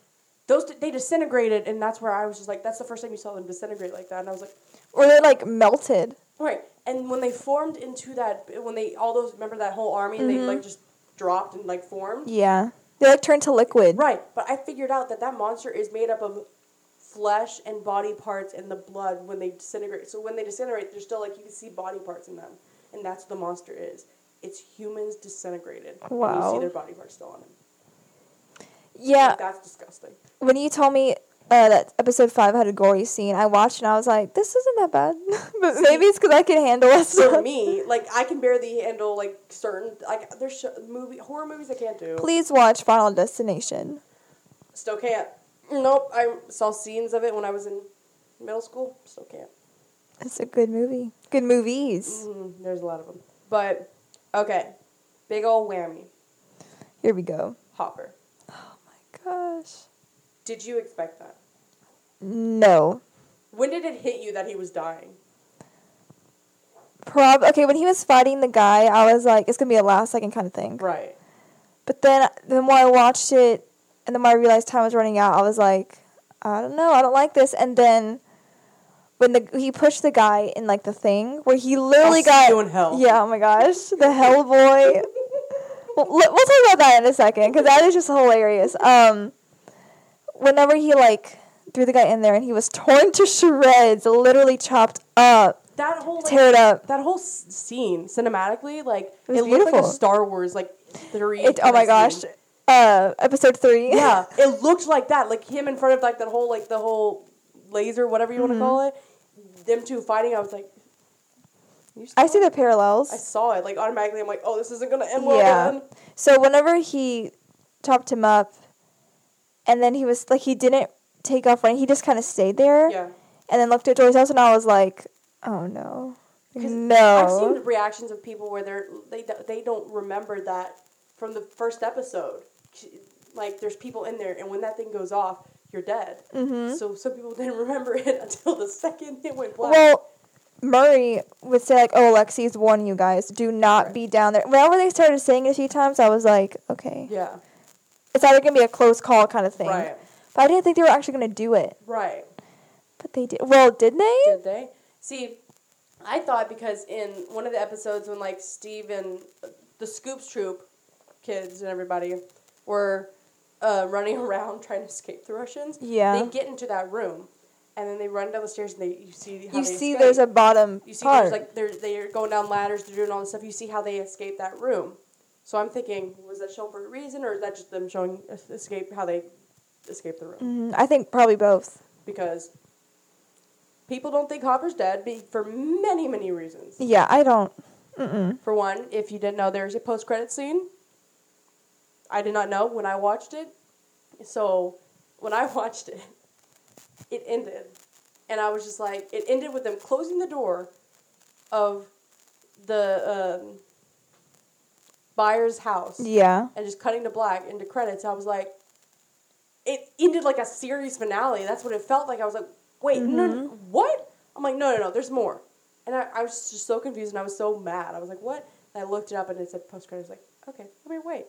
Speaker 1: Those they disintegrated, and that's where I was just like, that's the first time you saw them disintegrate like that, and I was like,
Speaker 2: Or they like melted.
Speaker 1: right. And when they formed into that, when they all those remember that whole army, and they like just dropped and like formed.
Speaker 2: Mm-hmm. Yeah. They like turned to liquid.
Speaker 1: Right, but I figured out that that monster is made up of flesh and body parts and the blood when they disintegrate. So when they disintegrate, they're still like you can see body parts in them, and that's what the monster is. It's humans disintegrated. And you
Speaker 2: Wow.
Speaker 1: see their body parts still on them.
Speaker 2: Yeah.
Speaker 1: Like, that's disgusting.
Speaker 2: When you told me uh, that episode five had a gory scene, I watched and I was like, "This isn't that bad," but maybe it's because I can handle it.
Speaker 1: For me, like I can barely handle like certain like there's sh- movie horror movies I can't do.
Speaker 2: Please watch Final Destination.
Speaker 1: Still can't. Nope. I saw scenes of it when I was in middle school. Still can't.
Speaker 2: It's a good movie. Good movies.
Speaker 1: Mm, there's a lot of them. But okay, big old whammy.
Speaker 2: Here we go.
Speaker 1: Hopper.
Speaker 2: Gosh.
Speaker 1: Did you expect that?
Speaker 2: No.
Speaker 1: When did it hit you that he was dying?
Speaker 2: Prob okay, when he was fighting the guy, I was like, it's gonna be a last second kind of thing.
Speaker 1: Right.
Speaker 2: But then the more I watched it and the more I realized time was running out, I was like, I don't know, I don't like this. And then when the he pushed the guy in like the thing where he literally
Speaker 1: I'll see
Speaker 2: got
Speaker 1: you in hell.
Speaker 2: Yeah, oh my gosh. The hell boy. well, le- we'll talk about that in a second because that is just hilarious. Um, whenever he like threw the guy in there and he was torn to shreds, literally chopped up,
Speaker 1: That whole like,
Speaker 2: teared up.
Speaker 1: that whole s- scene cinematically, like it,
Speaker 2: was
Speaker 1: looked like a
Speaker 2: beautiful.
Speaker 1: Star Wars like three.
Speaker 2: It, oh my
Speaker 1: kinda
Speaker 2: gosh.
Speaker 1: scene.
Speaker 2: Uh, episode three.
Speaker 1: Yeah, it looked like that, like him in front of like that whole like the whole laser, whatever you want
Speaker 2: Mm-hmm.
Speaker 1: to call it. Them two fighting, I was like, you
Speaker 2: I
Speaker 1: saw
Speaker 2: see
Speaker 1: it?
Speaker 2: the parallels.
Speaker 1: I saw it like automatically. I'm like, oh, this isn't gonna end well.
Speaker 2: Yeah.
Speaker 1: then.
Speaker 2: So whenever he chopped him up, and then he was like, he didn't take off running. He just kind of stayed there,
Speaker 1: Yeah.
Speaker 2: and then looked at Joy's house, and I was like, oh no,
Speaker 1: 'Cause I've
Speaker 2: no,
Speaker 1: seen reactions of people where they're they they don't remember that from the first episode. Like there's people in there, and when that thing goes off, you're dead.
Speaker 2: Mm-hmm.
Speaker 1: So some people didn't remember it until the second it went black.
Speaker 2: well. Murray would say like, "Oh, Lexi's warning you guys. Do not
Speaker 1: Right.
Speaker 2: be down there." Whenever they started saying it a few times, I was like, "Okay,
Speaker 1: yeah,
Speaker 2: it's either gonna be a close call kind of thing."
Speaker 1: right,
Speaker 2: But I didn't think they were actually gonna do it.
Speaker 1: right.
Speaker 2: But they did. Well, did they?
Speaker 1: Did they see? I thought because in one of the episodes when like Steve and uh, the Scoops Troop kids and everybody were uh, running around trying to escape the Russians,
Speaker 2: Yeah.
Speaker 1: they get into that room and then they run down the stairs and they you see how they
Speaker 2: you see,
Speaker 1: escape.
Speaker 2: there's a bottom
Speaker 1: you see
Speaker 2: part.
Speaker 1: there's like they're they're going down ladders, they're doing all this stuff. You see how they escape that room. So I'm thinking, was that shown for a reason, or is that just them showing es- escape how they escape the room?
Speaker 2: Mhm, I think probably both.
Speaker 1: Because people don't think Hopper's dead be- for many many reasons.
Speaker 2: Yeah, I don't.
Speaker 1: For one, if you didn't know, there's a post credit scene. I did not know when I watched it. So when I watched it, it ended. And I was just like, it ended with them closing the door of the um, buyer's house
Speaker 2: Yeah.
Speaker 1: and just cutting to black into credits. I was like, it ended like a series finale. That's what it felt like. I was like, wait, no,
Speaker 2: Mm-hmm.
Speaker 1: no, what? I'm like, no, no, no, there's more. And I, I was just so confused and I was so mad. I was like, what? And I looked it up and it said post credits. Like, okay, I mean, wait.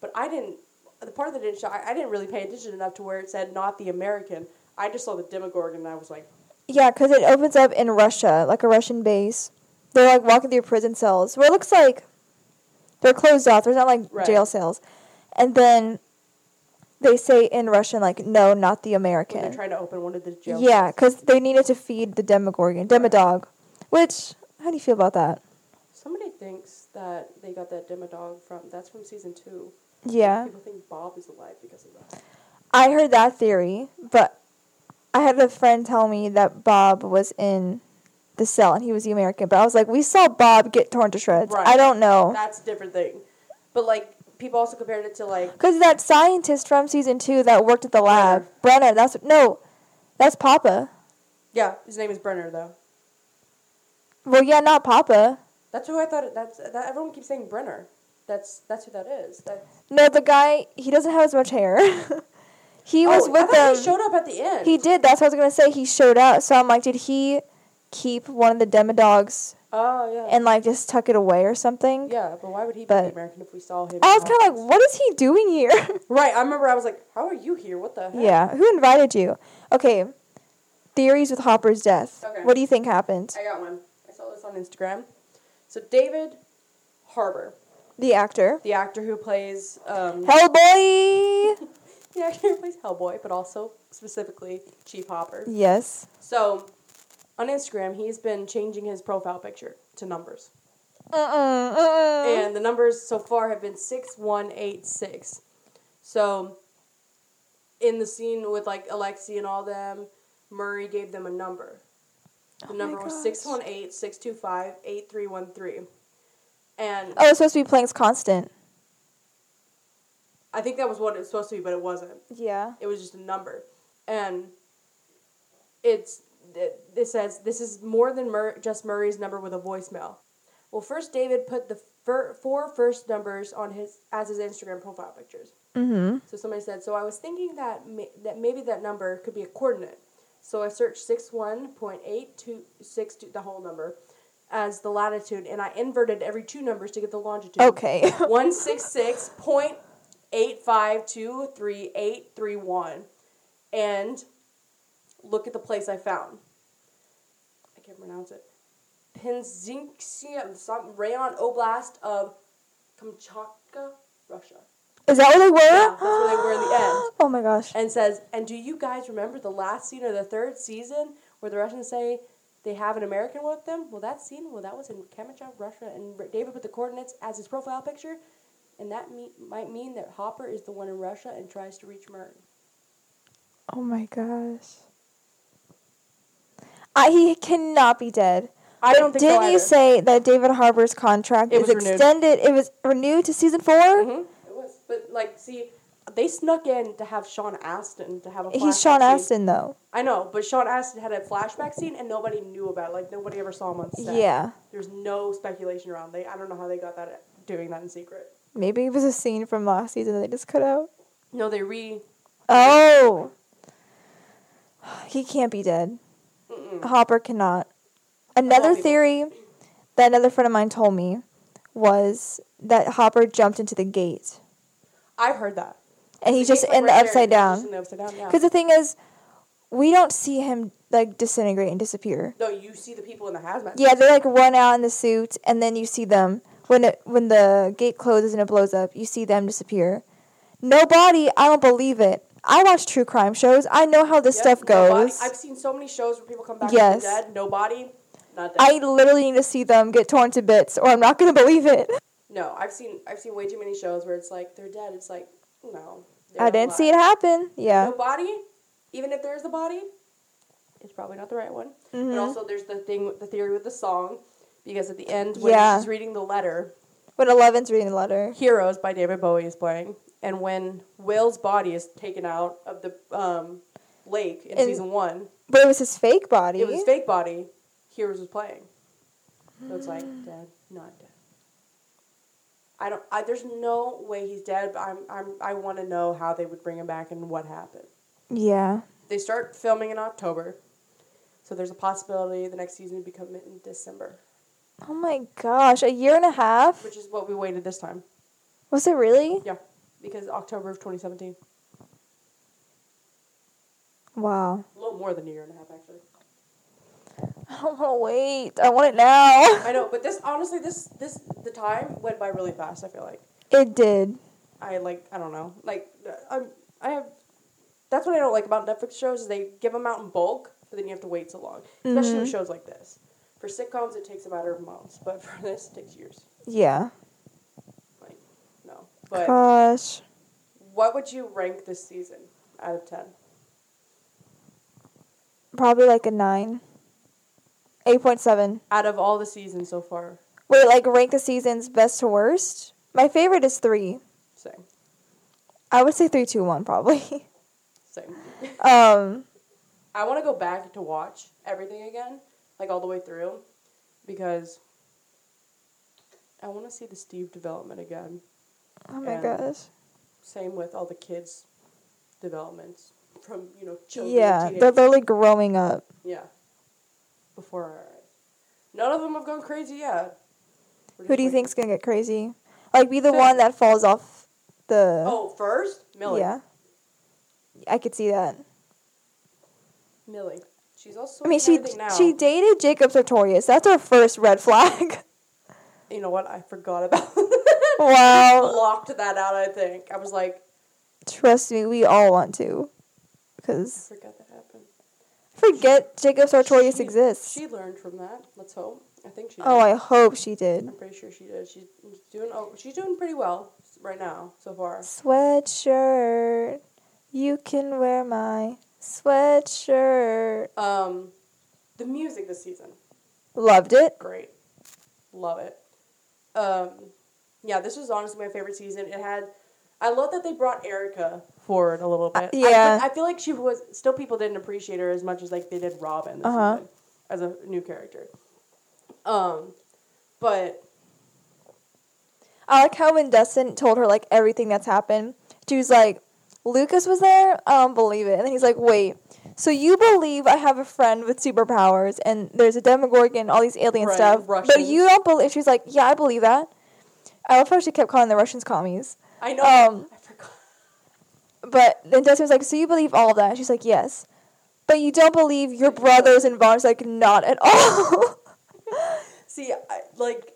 Speaker 1: But I didn't, the part that didn't show, I, I didn't really pay attention enough to where it said not the American. I just saw the Demogorgon and I was like,
Speaker 2: Yeah, because it opens up in Russia, like a Russian base. They're like walking through prison cells where it looks like they're closed off. There's not like
Speaker 1: Right.
Speaker 2: jail cells. And then they say in Russian like no, not the
Speaker 1: When
Speaker 2: American.
Speaker 1: they're trying to open one of the jail.
Speaker 2: Yeah,
Speaker 1: cells.
Speaker 2: because they needed to feed the Demogorgon, Demodog. Which, how do you feel about that?
Speaker 1: Somebody thinks that they got that Demodog from. That's from season two.
Speaker 2: Yeah.
Speaker 1: People think Bob is alive because of that.
Speaker 2: I heard that theory, but I had a friend tell me that Bob was in the cell and he was the American. But I was like, we saw Bob get torn to shreds.
Speaker 1: Right.
Speaker 2: I don't know.
Speaker 1: That's a different thing. But like people also compared it to like
Speaker 2: Because that scientist from season two that worked at the lab, Brenna, that's no, that's Papa.
Speaker 1: yeah, his name is Brenner though.
Speaker 2: Well, yeah, not Papa.
Speaker 1: That's who I thought. It, that's that. Everyone keeps saying Brenner. That's that's who that is. That
Speaker 2: No, the guy, he doesn't have as much hair. he was
Speaker 1: Oh, I
Speaker 2: with
Speaker 1: thought
Speaker 2: them.
Speaker 1: He showed up at the end.
Speaker 2: He did. That's what I was gonna say. He showed up. So I'm like, did he keep one of the demodogs
Speaker 1: Oh yeah.
Speaker 2: and like just tuck it away or something?
Speaker 1: yeah, but why would he be
Speaker 2: But-
Speaker 1: the American if we saw him?
Speaker 2: I was kind of like, what is he doing here?
Speaker 1: right. I remember I was like, how are you here? What the heck?
Speaker 2: yeah. Who invited you? Okay. Theories with Hopper's death.
Speaker 1: Okay.
Speaker 2: What do you think happened?
Speaker 1: I got one. I saw this on Instagram. So David Harbour,
Speaker 2: The actor.
Speaker 1: the actor who plays um,
Speaker 2: Hellboy.
Speaker 1: the actor who plays Hellboy, but also specifically Chief Hopper.
Speaker 2: yes.
Speaker 1: So on Instagram, he's been changing his profile picture to numbers.
Speaker 2: Uh uh uh.
Speaker 1: and the numbers so far have been 6186 so in the scene with like alexi and all them murray gave them a number the
Speaker 2: Oh my
Speaker 1: number was
Speaker 2: gosh.
Speaker 1: 618 625 8313 and
Speaker 2: Oh, it's supposed to be Plank's constant.
Speaker 1: i think that was what it was supposed to be but it wasn't
Speaker 2: Yeah.
Speaker 1: it was just a number and it's it, it says this is more than Mur- just murray's number with a voicemail well first david put the fir- four first numbers on his as his instagram profile pictures
Speaker 2: Mm-hmm.
Speaker 1: so somebody said so i was thinking that ma- that maybe that number could be a coordinate so i searched 61.826 the whole number as the latitude and i inverted every two numbers to get the longitude
Speaker 2: Okay.
Speaker 1: one six six point eight five two three eight three one, and look at the place I found. I can't pronounce it. Penzinxian, some Rayon Oblast of Kamchatka, Russia.
Speaker 2: Is that where they were?
Speaker 1: Yeah, that's where they were in the end.
Speaker 2: Oh my gosh.
Speaker 1: And says, and do you guys remember the last scene or the third season where the Russians say they have an American with them? Well, that scene, well, that was in Kamchatka, Russia, and R- David put the coordinates as his profile picture, and that me- might mean that Hopper is the one in Russia and tries to reach Murray.
Speaker 2: Oh my gosh. I, he cannot be dead.
Speaker 1: I
Speaker 2: But
Speaker 1: don't think so
Speaker 2: Didn't you
Speaker 1: either.
Speaker 2: say that David Harbour's contract
Speaker 1: It
Speaker 2: is
Speaker 1: was renewed. Mm-hmm.
Speaker 2: extended? It was renewed to season 4
Speaker 1: It was, but like, see, they snuck in to have Sean Astin to have a.
Speaker 2: He's
Speaker 1: flashback
Speaker 2: Sean
Speaker 1: scene.
Speaker 2: Astin, though.
Speaker 1: I know, but Sean Astin had a flashback scene, and nobody knew about. it. Like nobody ever saw him on set.
Speaker 2: Yeah.
Speaker 1: There's no speculation around. They, I don't know how they got that doing that in secret.
Speaker 2: Maybe it was a scene from last season that they just cut out.
Speaker 1: No, they re.
Speaker 2: Oh. He can't be dead.
Speaker 1: Mm-mm.
Speaker 2: Hopper cannot.
Speaker 1: lot
Speaker 2: Another
Speaker 1: of people-
Speaker 2: theory that another friend of mine told me was that Hopper jumped into the gate
Speaker 1: I've heard that.
Speaker 2: and he's
Speaker 1: The
Speaker 2: just
Speaker 1: game's like
Speaker 2: in the
Speaker 1: right there, and he's just
Speaker 2: upside down.
Speaker 1: in the upside down, yeah.
Speaker 2: Because the thing is, we don't see him like disintegrate and disappear.
Speaker 1: No, you see the people in the hazmat.
Speaker 2: Yeah, they like run out in the suit, and then you see them when it when the gate closes and it blows up. You see them disappear. No body. I don't believe it. I watch true crime shows. I know how this
Speaker 1: Yep,
Speaker 2: stuff
Speaker 1: no body.
Speaker 2: goes.
Speaker 1: I've seen so many shows where people come back
Speaker 2: Yes.
Speaker 1: from the dead, no body, not dead.
Speaker 2: I literally need to see them get torn to bits, or I'm not gonna believe it.
Speaker 1: no, I've seen I've seen way too many shows where it's like they're dead. It's like no, they're
Speaker 2: I didn't see it
Speaker 1: alive.
Speaker 2: happen. Yeah.
Speaker 1: No body. Even if there is a body, it's probably not the right one.
Speaker 2: Mm-hmm.
Speaker 1: But also, there's the thing, the theory with the song, because at the end when
Speaker 2: Yeah.
Speaker 1: she's reading the letter,
Speaker 2: When Eleven's reading the letter.
Speaker 1: Heroes by David Bowie is playing, and when Will's body is taken out of the um, lake in
Speaker 2: And-
Speaker 1: season one,
Speaker 2: But it was his fake body.
Speaker 1: it was fake body. Heroes was playing, so it's like dead, not dead. I don't. I, there's no way he's dead. But I'm. I'm. I want to know how they would bring him back and what happened.
Speaker 2: Yeah.
Speaker 1: They start filming in October, so there's a possibility the next season would be coming in December,
Speaker 2: Oh my gosh, a year and a half?
Speaker 1: which is what we waited this time.
Speaker 2: Was it really?
Speaker 1: Yeah, because October of 2017,
Speaker 2: Wow.
Speaker 1: a little more than a year and a half actually.
Speaker 2: I don't want to Oh, wait. I want it now.
Speaker 1: I know, but this honestly, this this the time went by really fast. I feel like
Speaker 2: It did.
Speaker 1: I like I don't know, like I'm I have. That's what I don't like about Netflix shows is they give them out in bulk, but then you have to wait so long, especially with shows like this. For sitcoms, it takes a matter of months, but for this, it takes years.
Speaker 2: Yeah.
Speaker 1: Like, no. But
Speaker 2: Gosh.
Speaker 1: what would you rank this season out of ten?
Speaker 2: Probably like a nine. 8.7.
Speaker 1: Out of all the seasons so far,
Speaker 2: Wait, like rank the seasons best to worst? My favorite is three.
Speaker 1: same,
Speaker 2: I would say three, two, one, probably.
Speaker 1: same.
Speaker 2: um,
Speaker 1: I want to go back to watch everything again, like all the way through, because I want to see the Steve development again.
Speaker 2: oh my
Speaker 1: And-
Speaker 2: gosh.
Speaker 1: Same with all the kids' developments from you know children. to
Speaker 2: Yeah, they're
Speaker 1: teenagers.
Speaker 2: literally growing up.
Speaker 1: yeah. Before our eyes, none of them have gone crazy yet. We're
Speaker 2: Who
Speaker 1: just
Speaker 2: do you
Speaker 1: waiting.
Speaker 2: think's gonna get crazy? Like, be the
Speaker 1: Phil.
Speaker 2: one that falls off the.
Speaker 1: Oh, first Millie.
Speaker 2: Yeah. I could see that.
Speaker 1: Millie. She's also.
Speaker 2: I mean, she
Speaker 1: everything now.
Speaker 2: she dated Jacob Sartorius. That's our first red flag.
Speaker 1: You know what? I forgot about.
Speaker 2: wow.
Speaker 1: blocked that out. I think I was like,
Speaker 2: Trust me, we all want to. Because
Speaker 1: I forgot that happened.
Speaker 2: forget Jacob Sartorius exists.
Speaker 1: She learned from that. Let's hope. I think she.
Speaker 2: oh,
Speaker 1: did.
Speaker 2: I hope she did.
Speaker 1: I'm pretty sure she did. She's doing. Oh, she's doing pretty well right now so far.
Speaker 2: Sweatshirt. You can wear my sweatshirt.
Speaker 1: Um, the music this season,
Speaker 2: Loved it.
Speaker 1: great, love it. Um, yeah, this was honestly my favorite season. It had. I love that they brought Erica forward a little bit. I feel-
Speaker 2: Uh, yeah.
Speaker 1: I, feel like she was still people didn't appreciate her as much as like they did Robin this
Speaker 2: Uh-huh.
Speaker 1: season as a new character. Um, but
Speaker 2: I like how when Dustin told her like everything that's happened, she was like, Lucas was there? I don't believe it. And then he's like, wait, so you believe I have a friend with superpowers and there's a demogorgon, all these alien
Speaker 1: Right,
Speaker 2: stuff. But
Speaker 1: Russians.
Speaker 2: you don't believe she's like, Yeah, I believe that. I love how she kept calling the Russians commies.
Speaker 1: I know
Speaker 2: Um,
Speaker 1: I forgot.
Speaker 2: But then Dustin was like, So you believe all of that? And she's like, Yes. But you don't believe your brothers and Vaughn's like, not at all.
Speaker 1: See, I, like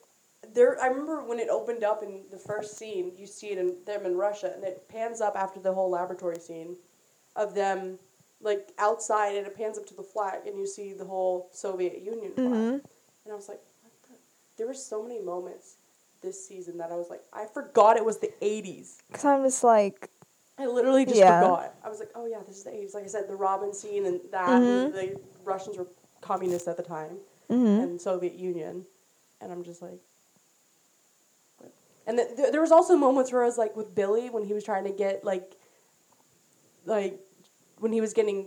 Speaker 1: there, I remember when it opened up in the first scene. You see it in them in Russia, and it pans up after the whole laboratory scene of them like outside, and it pans up to the flag, and you see the whole Soviet Union flag.
Speaker 2: Mhm.
Speaker 1: And I was like, what the? there were so many moments this season that I was like, I forgot it was the '80s.
Speaker 2: Because I'm just like,
Speaker 1: I literally just
Speaker 2: Yeah.
Speaker 1: forgot. I was like, oh yeah, this is the '80s. Like I said, the Robin scene and that.
Speaker 2: Mhm.
Speaker 1: And the Russians were communists at the time
Speaker 2: mm-hmm.
Speaker 1: and Soviet Union, and I'm just like. what? And th- th- there was also moments where I was like with Billy when he was trying to get like, like, when he was getting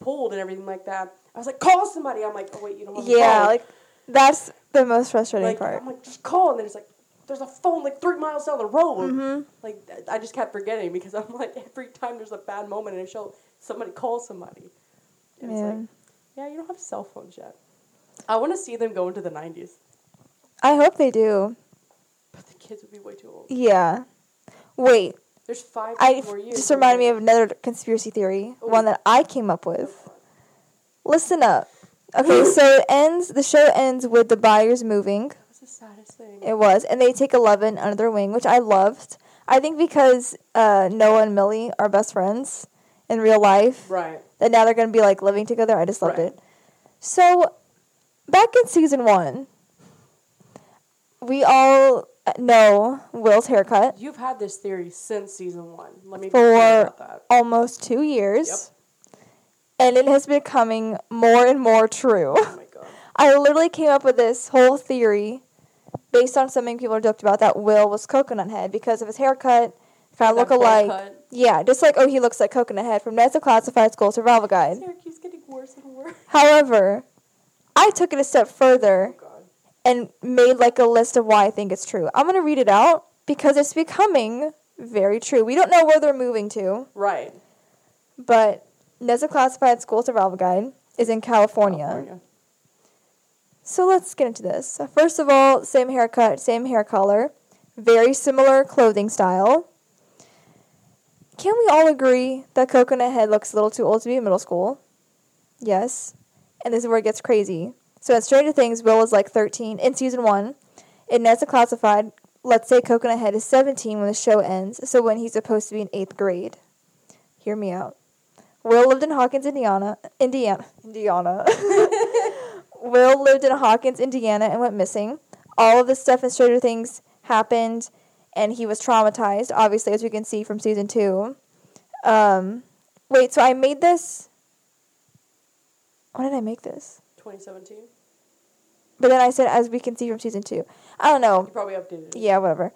Speaker 1: pulled and everything like that. I was like, call somebody. I'm like, oh wait, you don't have a
Speaker 2: Yeah,
Speaker 1: phone."
Speaker 2: like that's the most frustrating
Speaker 1: Like,
Speaker 2: part.
Speaker 1: I'm like, just call, and then it's like, there's a phone like three miles down the road.
Speaker 2: Mhm.
Speaker 1: Like th- I just kept forgetting because I'm like every time there's a bad moment in a show, somebody calls somebody. And it's
Speaker 2: Yeah.
Speaker 1: like, yeah, you don't have cell phones yet. I want to see them go into the '90s.
Speaker 2: I hope they do.
Speaker 1: But the kids would be way too old.
Speaker 2: Yeah. Wait,
Speaker 1: There's five
Speaker 2: I
Speaker 1: more years.
Speaker 2: just reminded me of another conspiracy theory, one
Speaker 1: Ooh.
Speaker 2: that I came up with. Listen up. Okay, so it ends. The show ends with the buyers moving.
Speaker 1: That's the saddest thing.
Speaker 2: It was, and they take Eleven under their wing, which I loved. I think because uh, Noah and Millie are best friends in real life,
Speaker 1: right.
Speaker 2: and now they're gonna be like living together. I just loved
Speaker 1: Right.
Speaker 2: it. So, back in season one, we all know Will's haircut.
Speaker 1: You've had this theory since season one. Let me be
Speaker 2: For-
Speaker 1: clear about that.
Speaker 2: almost two years. And it has becoming more and more true.
Speaker 1: Oh my god.
Speaker 2: I literally came up with this whole theory based on something people joked about that Will was Coconut Head because of his haircut, kind of
Speaker 1: That
Speaker 2: look
Speaker 1: bowl
Speaker 2: alike.
Speaker 1: cut.
Speaker 2: Yeah, just like, oh, he looks like Coconut Head from Ned's Classified School Survival Guide.
Speaker 1: Syracuse getting worse and worse.
Speaker 2: However, I took it a step
Speaker 1: Oh
Speaker 2: further
Speaker 1: god.
Speaker 2: and made like a list of why I think it's true. I'm going to read it out because it's becoming very true. We don't know where they're moving to.
Speaker 1: Right.
Speaker 2: But NESA Classified School Survival Guide is in California.
Speaker 1: California.
Speaker 2: So let's get into this. So First of all, same haircut, same hair color, very similar clothing style. Can we all agree that Coconut Head looks a little too old to be in middle school? Yes. And this is where it gets crazy. So in Stranger Things, Will is like 13 in season 1. In NESA Classified, let's say Coconut Head is 17 when the show ends, so when he's supposed to be in 8th grade. Hear me out. Will lived in Hawkins, Indiana. Indiana. Indiana. Will lived in Hawkins, Indiana, and went missing. All of this stuff in Stranger Things happened, and he was traumatized, obviously, as we can see from season two. Um, wait, so I made this. When did I make this?
Speaker 1: 2017. You
Speaker 2: But then I said, as we can see from season two. I don't know.
Speaker 1: probably updated it.
Speaker 2: Yeah, whatever.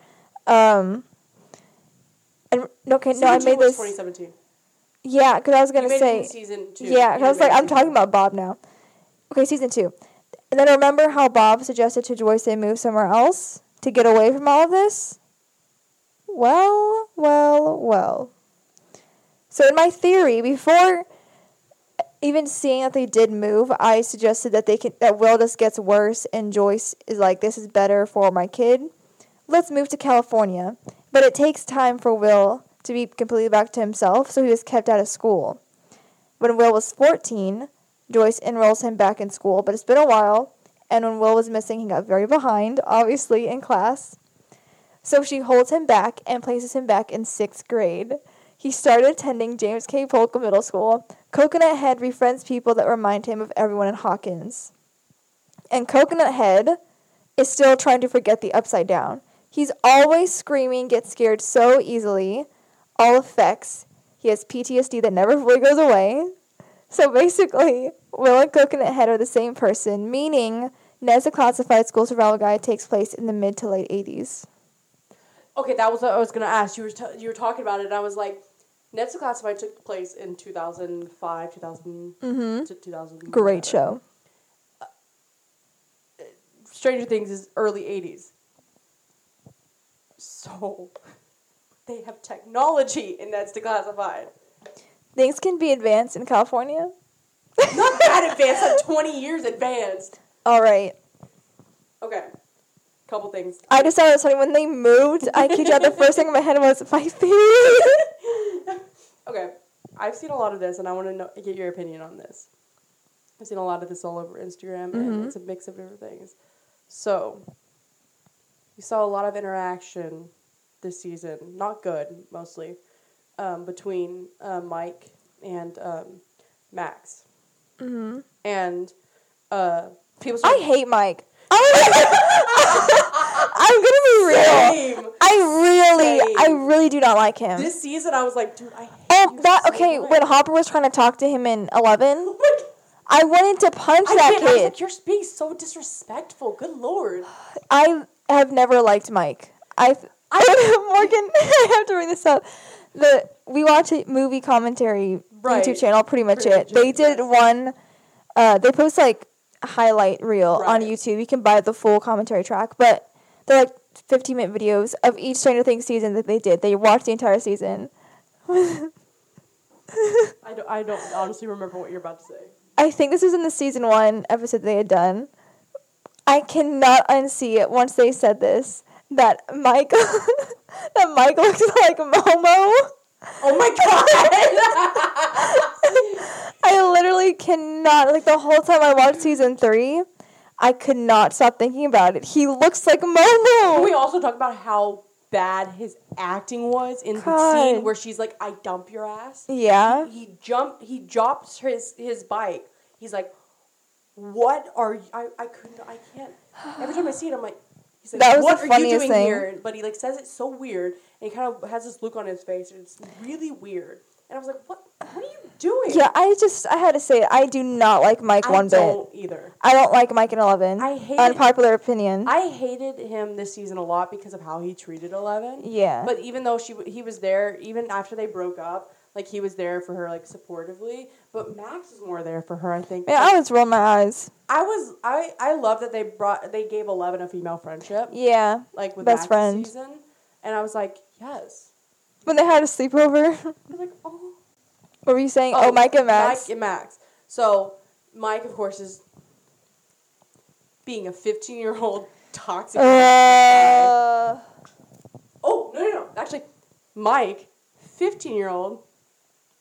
Speaker 2: Um, and okay,
Speaker 1: Season
Speaker 2: no, I
Speaker 1: two
Speaker 2: made
Speaker 1: was
Speaker 2: this.
Speaker 1: 2017
Speaker 2: Yeah, because I was
Speaker 1: You
Speaker 2: gonna
Speaker 1: made it in
Speaker 2: say.
Speaker 1: season two.
Speaker 2: Yeah,
Speaker 1: You
Speaker 2: because I was
Speaker 1: made
Speaker 2: like,
Speaker 1: it
Speaker 2: I'm
Speaker 1: in-
Speaker 2: talking about Bob now. Okay, season two. And then remember how Bob suggested to Joyce they move somewhere else to get away from all of this? Well, well, well. So, in my theory, before even seeing that they did move, I suggested that they can that Will just gets worse and Joyce is like, this is better for my kid. Let's move to California. But it takes time for Will to be completely back to himself, so he was kept out of school. When Will was 14, Joyce enrolls him back in school, but it's been a while, and when Will was missing, he got very behind, obviously, in class. So she holds him back and places him back in sixth grade. He started attending James K. Polk Middle School. Coconut Head befriends people that remind him of everyone in Hawkins. And Coconut Head is still trying to forget the upside down. He's always screaming, gets scared so easily. All effects. He has PTSD that never fully goes away. So basically, Will and Coconut Head are the same person, meaning Ned's a classified school survival guide takes place in the mid to late 80s.
Speaker 1: Okay, that was what I was gonna ask. You were t- you were talking about it, and I was like, Ned's Classified took place in 2005, 2000 to 2000.
Speaker 2: Mm-hmm. Great
Speaker 1: whatever.
Speaker 2: show.
Speaker 1: Stranger Things is early 80s. So they have technology in Ned's Declassified.
Speaker 2: Things can be advanced in California.
Speaker 1: Not that advanced, like 20 years advanced.
Speaker 2: All right.
Speaker 1: Okay, couple things.
Speaker 2: I just thought it was funny when they moved. I kid you not, the first thing in my head was my feet.
Speaker 1: Okay, I've seen a lot of this, and I want to know, get your opinion on this. I've seen a lot of this all over Instagram,
Speaker 2: Mm-hmm.
Speaker 1: and it's a mix of different things. So, you saw a lot of interaction this season, not good mostly, um, between uh, Mike and um, Max. Mm-hmm. And uh, people.
Speaker 2: I hate Mike. Oh my God. I'm gonna be real.
Speaker 1: Same.
Speaker 2: I really,
Speaker 1: Same.
Speaker 2: I really do not like him.
Speaker 1: This season, I was like, dude, I hate
Speaker 2: Oh,
Speaker 1: you
Speaker 2: that
Speaker 1: so
Speaker 2: okay?
Speaker 1: much.
Speaker 2: When Hopper was trying to talk to him in Eleven,
Speaker 1: Oh my God.
Speaker 2: I wanted to punch
Speaker 1: I
Speaker 2: that
Speaker 1: can't. I was
Speaker 2: kid.
Speaker 1: like, you're being so disrespectful. Good lord.
Speaker 2: I have never liked Mike. I, I Morgan, I have to bring this up. The we watch a movie commentary
Speaker 1: Right.
Speaker 2: YouTube channel, pretty much
Speaker 1: Pretty
Speaker 2: it.
Speaker 1: much
Speaker 2: they
Speaker 1: it,
Speaker 2: did
Speaker 1: yes.
Speaker 2: one. Uh, they post like highlight reel on
Speaker 1: Right.
Speaker 2: YouTube. You can buy the full commentary track, but they're like 15 minute videos of each Stranger Things season that they did. They watched the entire season.
Speaker 1: I don't, I don't honestly remember what you're about to say.
Speaker 2: I think this was in the season one episode they had done. I cannot unsee it once they said this that Mike that Mike looks like Momo.
Speaker 1: Oh my god!
Speaker 2: I literally cannot like the whole time I watched season three, I could not stop thinking about it. He looks like
Speaker 1: Can we
Speaker 2: Momo.
Speaker 1: also talk about how bad his acting was in
Speaker 2: God.
Speaker 1: the scene where she's like, "I dump your ass."
Speaker 2: Yeah.
Speaker 1: He jumped. He drops his his bike. He's like, "What are you? I I couldn't. I can't." Every time I see it, I'm like. He's like,
Speaker 2: That was
Speaker 1: what
Speaker 2: the
Speaker 1: are you
Speaker 2: funniest
Speaker 1: doing
Speaker 2: thing.
Speaker 1: here? But he like says it so weird, and he kind of has this look on his face, and it's really weird. And I was like, "What? What are you doing?"
Speaker 2: Yeah, I just I had to say it. I do not like Mike
Speaker 1: I
Speaker 2: one bit.
Speaker 1: don't either.
Speaker 2: I don't like Mike and Eleven.
Speaker 1: I hate it.
Speaker 2: unpopular opinion.
Speaker 1: I hated him this season a lot because of how he treated Eleven.
Speaker 2: Yeah.
Speaker 1: But even though she he was there, even after they broke up, like he was there for her, like supportively. But Max was more there for her, I think.
Speaker 2: Man, I was rolling my eyes.
Speaker 1: I was I I love that they brought they gave Eleven a female friendship,
Speaker 2: Yeah.
Speaker 1: like with
Speaker 2: Best
Speaker 1: Max
Speaker 2: friend.
Speaker 1: this season, and I was like, yes.
Speaker 2: When they had a sleepover.
Speaker 1: I was like, oh.
Speaker 2: What were you saying? Oh, Mike and Max.
Speaker 1: Mike and Max. So Mike, of course, is being a fifteen-year-old toxic.
Speaker 2: uh,
Speaker 1: Oh, no, no, no. Actually, Mike, 15 year old,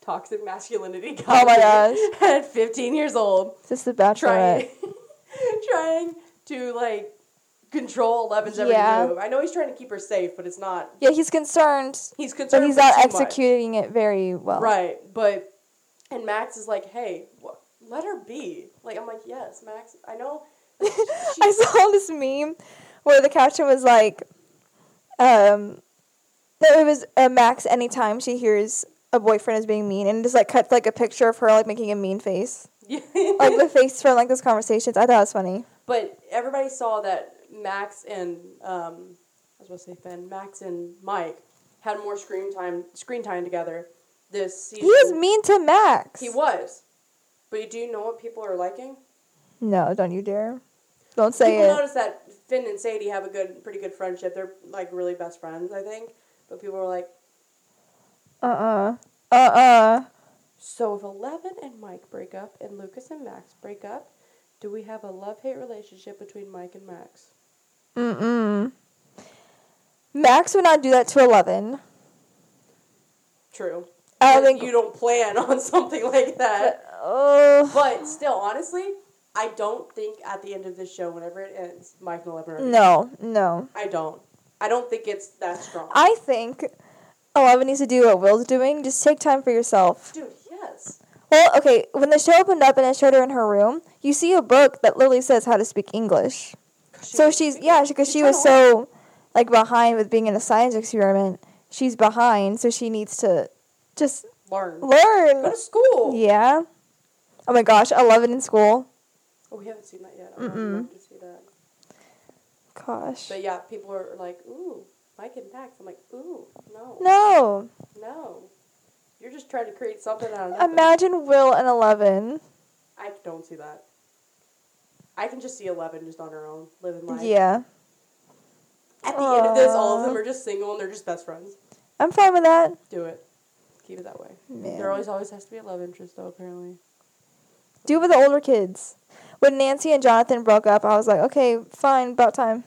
Speaker 1: toxic masculinity guy.
Speaker 2: Oh my gosh.
Speaker 1: At 15 years old,
Speaker 2: is this the Bachelorette?
Speaker 1: trying, trying to, like, control 11's every
Speaker 2: Yeah.
Speaker 1: move. I know he's trying to keep her safe, but it's not.
Speaker 2: Yeah, he's concerned,
Speaker 1: He's concerned.
Speaker 2: but he's
Speaker 1: for
Speaker 2: not
Speaker 1: too
Speaker 2: executing it very well.
Speaker 1: Much. Right, but and Max is like, "Hey, wh- let her be." Like I'm like, "Yes, Max. I know."
Speaker 2: I saw this meme where the caption was like, um, that it was uh, Max anytime she hears a boyfriend is being mean, and just like cut like a picture of her like making a mean face, like the face from like those conversations. I thought it was funny.
Speaker 1: But everybody saw that Max and um, I was going to say Ben, Max and Mike had more screen time screen time together this
Speaker 2: He
Speaker 1: season.
Speaker 2: was mean to Max.
Speaker 1: He was. But do you know what people are liking?
Speaker 2: No, don't you dare. Don't say
Speaker 1: people
Speaker 2: it.
Speaker 1: notice that Finn and Sadie have a good, pretty good friendship. They're like really best friends, I think. But people are like,
Speaker 2: Uh uh-uh. uh. Uh
Speaker 1: so if Eleven and Mike break up and Lucas and Max break up, do we have a love hate relationship between Mike and Max?
Speaker 2: Mm mm. Max would not do that to Eleven.
Speaker 1: True.
Speaker 2: I don't
Speaker 1: But
Speaker 2: think.
Speaker 1: you don't plan on something like that.
Speaker 2: Oh.
Speaker 1: But still, honestly, I don't think at the end of this show, whenever it ends, Mike and Eleven. Are
Speaker 2: no, no.
Speaker 1: I don't. I don't think it's that strong.
Speaker 2: I think Eleven needs to do what Will's doing. Just take time for yourself.
Speaker 1: Dude, yes.
Speaker 2: Well, okay, when the show opened up and it showed her in her room, you see a book that literally says how to speak English.
Speaker 1: 'Cause she
Speaker 2: so
Speaker 1: was
Speaker 2: she's,
Speaker 1: speaking-
Speaker 2: yeah, because
Speaker 1: she's
Speaker 2: she
Speaker 1: trying
Speaker 2: was
Speaker 1: to learn.
Speaker 2: so, like, behind with being in a science experiment. She's behind, so she needs to just
Speaker 1: learn. Go
Speaker 2: learn.
Speaker 1: to school.
Speaker 2: Yeah. Oh my gosh, Eleven in school.
Speaker 1: Oh, we haven't seen that yet. I would love to see that.
Speaker 2: Gosh.
Speaker 1: But yeah, people are like, ooh, Mike and Max. I'm like, ooh, no, no.
Speaker 2: No.
Speaker 1: You're just trying to create something out of nothing.
Speaker 2: Imagine Will and Eleven.
Speaker 1: I don't see that. I can just see Eleven just on her own, living life.
Speaker 2: Yeah.
Speaker 1: At the end of this, all of them are just single and they're just best friends.
Speaker 2: I'm fine with that.
Speaker 1: Do it. Keep it that way. There
Speaker 2: Man.
Speaker 1: always always has to be a love interest though, apparently.
Speaker 2: Do it with the older kids. When Nancy and Jonathan broke up, I was like, okay, fine, about time.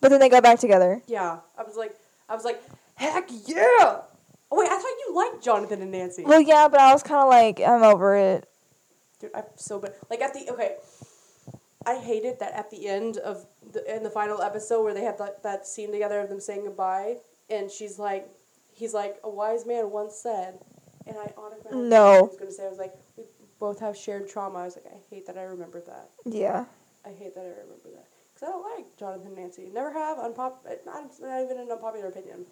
Speaker 2: But then they got back together.
Speaker 1: Yeah. I was like I was like, heck yeah. Oh wait, I thought you liked Jonathan and Nancy.
Speaker 2: Well, yeah, but I was kind of like, I'm over it.
Speaker 1: Dude, I'm so bad. Like at the okay. I hated that at the end of the in the final episode where they have that, that scene together of them saying goodbye and she's like he's like a wise man once said and I automatically knew what
Speaker 2: No.
Speaker 1: I was gonna say I was like we both have shared trauma. I was like, I hate that I remember that.
Speaker 2: Yeah.
Speaker 1: I hate that I remember that. Because I don't like Jonathan and Nancy. Never have. Unpop- not, it's not even an unpopular opinion.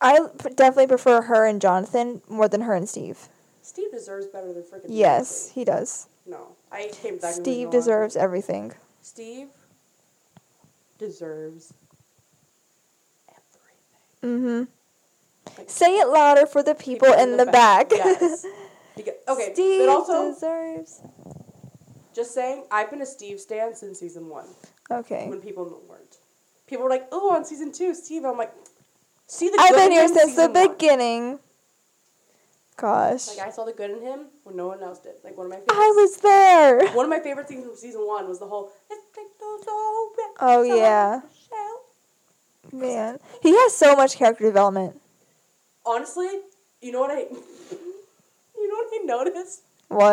Speaker 2: I p- definitely prefer her and Jonathan more than her and Steve.
Speaker 1: Steve deserves better than freaking
Speaker 2: Yes,
Speaker 1: Nancy.
Speaker 2: he does.
Speaker 1: No. I came back
Speaker 2: Steve deserves everything.
Speaker 1: Steve deserves everything.
Speaker 2: Mm hmm.
Speaker 1: Like-
Speaker 2: Say it louder for the people, in, the, back.
Speaker 1: Yes. Because, okay.
Speaker 2: Steve
Speaker 1: but also,
Speaker 2: deserves.
Speaker 1: just saying, I've been a Steve stan since season one
Speaker 2: Okay.
Speaker 1: when people weren't. People were like, oh, on season two, Steve. I'm like, see the
Speaker 2: I've
Speaker 1: good
Speaker 2: been
Speaker 1: in
Speaker 2: here
Speaker 1: him
Speaker 2: since the
Speaker 1: season one."
Speaker 2: beginning. Gosh.
Speaker 1: Like, I saw the good in him when no one else did. Like, one of my favorites.
Speaker 2: I was there.
Speaker 1: One of my favorite things from season one was the whole. "Let's take those old red
Speaker 2: Oh,
Speaker 1: songs,
Speaker 2: yeah.
Speaker 1: Michelle."
Speaker 2: Man, he has so much character development.
Speaker 1: Honestly, you know what I. you know what I noticed?
Speaker 2: What?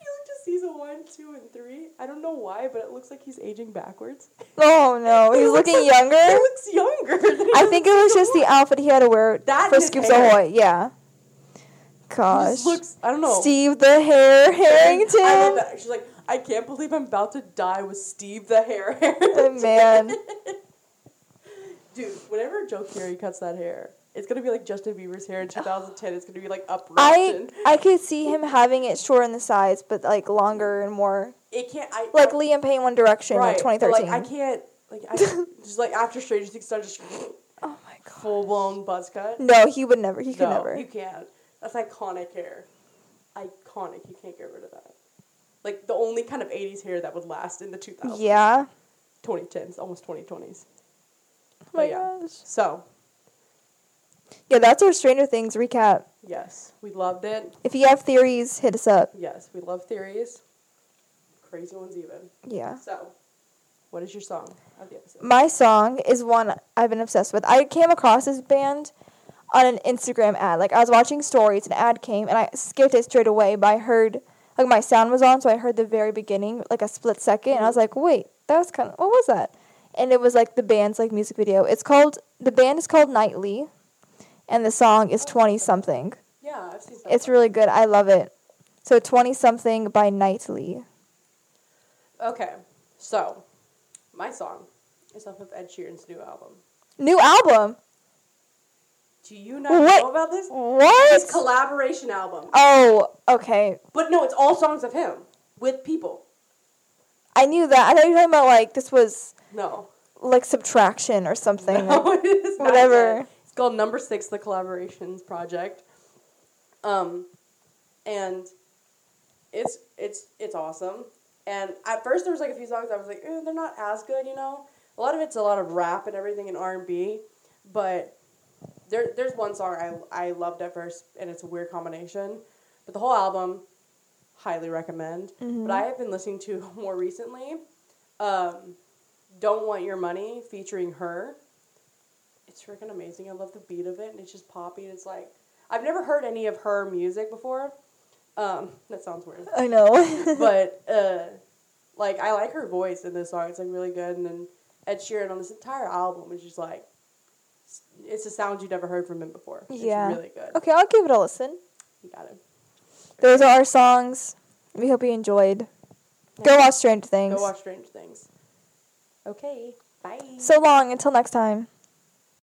Speaker 1: You looked at season one, two, and three. I don't know why, but it looks like he's aging backwards.
Speaker 2: Oh no,
Speaker 1: He
Speaker 2: he's
Speaker 1: looks
Speaker 2: looking
Speaker 1: like- He
Speaker 2: younger.
Speaker 1: looks younger. Than he
Speaker 2: I
Speaker 1: does
Speaker 2: think it
Speaker 1: in
Speaker 2: was
Speaker 1: season
Speaker 2: just the
Speaker 1: one.
Speaker 2: outfit he had to wear
Speaker 1: That
Speaker 2: for
Speaker 1: and his
Speaker 2: Scoops
Speaker 1: hair.
Speaker 2: Ahoy. Yeah.
Speaker 1: He
Speaker 2: Gosh.
Speaker 1: just looks. I don't know.
Speaker 2: Steve the Hair Harrington.
Speaker 1: I love that. She's like, I can't believe I'm about to die with Steve the hair.
Speaker 2: The Oh, man.
Speaker 1: Dude, whenever Joe Carey cuts that hair, it's gonna be like Justin Bieber's hair in 2010. It's gonna be like uprooted.
Speaker 2: I I could see him having it short in the sides, but like longer and more
Speaker 1: it can't. I
Speaker 2: like
Speaker 1: I-
Speaker 2: Liam Payne One Direction, like
Speaker 1: right, but,
Speaker 2: 2013.
Speaker 1: Like I can't. Like I just like after Stranger Things, I just
Speaker 2: oh my god.
Speaker 1: full blown buzz cut.
Speaker 2: No, he would never. He could
Speaker 1: no,
Speaker 2: never.
Speaker 1: you can't. That's iconic hair. Iconic. You can't get rid of that. Like the only kind of 80s hair that would last in the 2000s,
Speaker 2: yeah.
Speaker 1: 2010s, almost 2020s.
Speaker 2: Oh my
Speaker 1: But yeah.
Speaker 2: gosh.
Speaker 1: So
Speaker 2: Yeah, that's our Stranger Things recap.
Speaker 1: yes, we loved it.
Speaker 2: If you have theories, hit us up.
Speaker 1: Yes, we love theories. Crazy ones even.
Speaker 2: Yeah.
Speaker 1: So, what is your song of the episode?
Speaker 2: My song is one I've been obsessed with. I came across this band on an Instagram ad. Like I was watching stories, an ad came, and I skipped it straight away. But I heard like my sound was on, so I heard the very beginning, like a split second, and I was like, "Wait, that was kind of what was that?" and it was like the band's like music video. It's called the band is called Nightly, and the song is Twenty Something.
Speaker 1: Yeah, I've seen that.
Speaker 2: It's really good. I love it. So Twenty Something by Nightly.
Speaker 1: okay, so my song is off of Ed Sheeran's new album.
Speaker 2: New album.
Speaker 1: Do you not
Speaker 2: What?
Speaker 1: know about this? His
Speaker 2: What?
Speaker 1: collaboration album.
Speaker 2: Oh, okay.
Speaker 1: But no, it's all songs of him with people.
Speaker 2: I knew that. I thought you were talking about like this was
Speaker 1: No.
Speaker 2: like subtraction or something.
Speaker 1: No, it is not
Speaker 2: Whatever.
Speaker 1: that. It's called Number Six, the Collaborations Project. Um, and it's it's it's awesome. And at first there was like a few songs I was like, eh, they're not as good, you know. A lot of it's a lot of rap and everything and R and B, but there there's one song I I loved at first, and it's a weird combination. But the whole album, highly recommend. But I have been listening to more recently. Um, don't Want Your Money featuring her. It's freaking amazing. I love the beat of it, and it's just poppy. And it's like I've never heard any of her music before. Um, that sounds weird,
Speaker 2: I know.
Speaker 1: but uh, like I like her voice in this song. It's like really good. And then Ed Sheeran on this entire album is just like s- it's a sound you'd never heard from him before. It's
Speaker 2: Yeah.
Speaker 1: really good.
Speaker 2: okay, I'll give it a listen.
Speaker 1: You got it.
Speaker 2: Those are our songs. We hope you enjoyed. Go watch Stranger Things.
Speaker 1: Go watch Strange Things. Okay. Bye.
Speaker 2: So long. Until next time.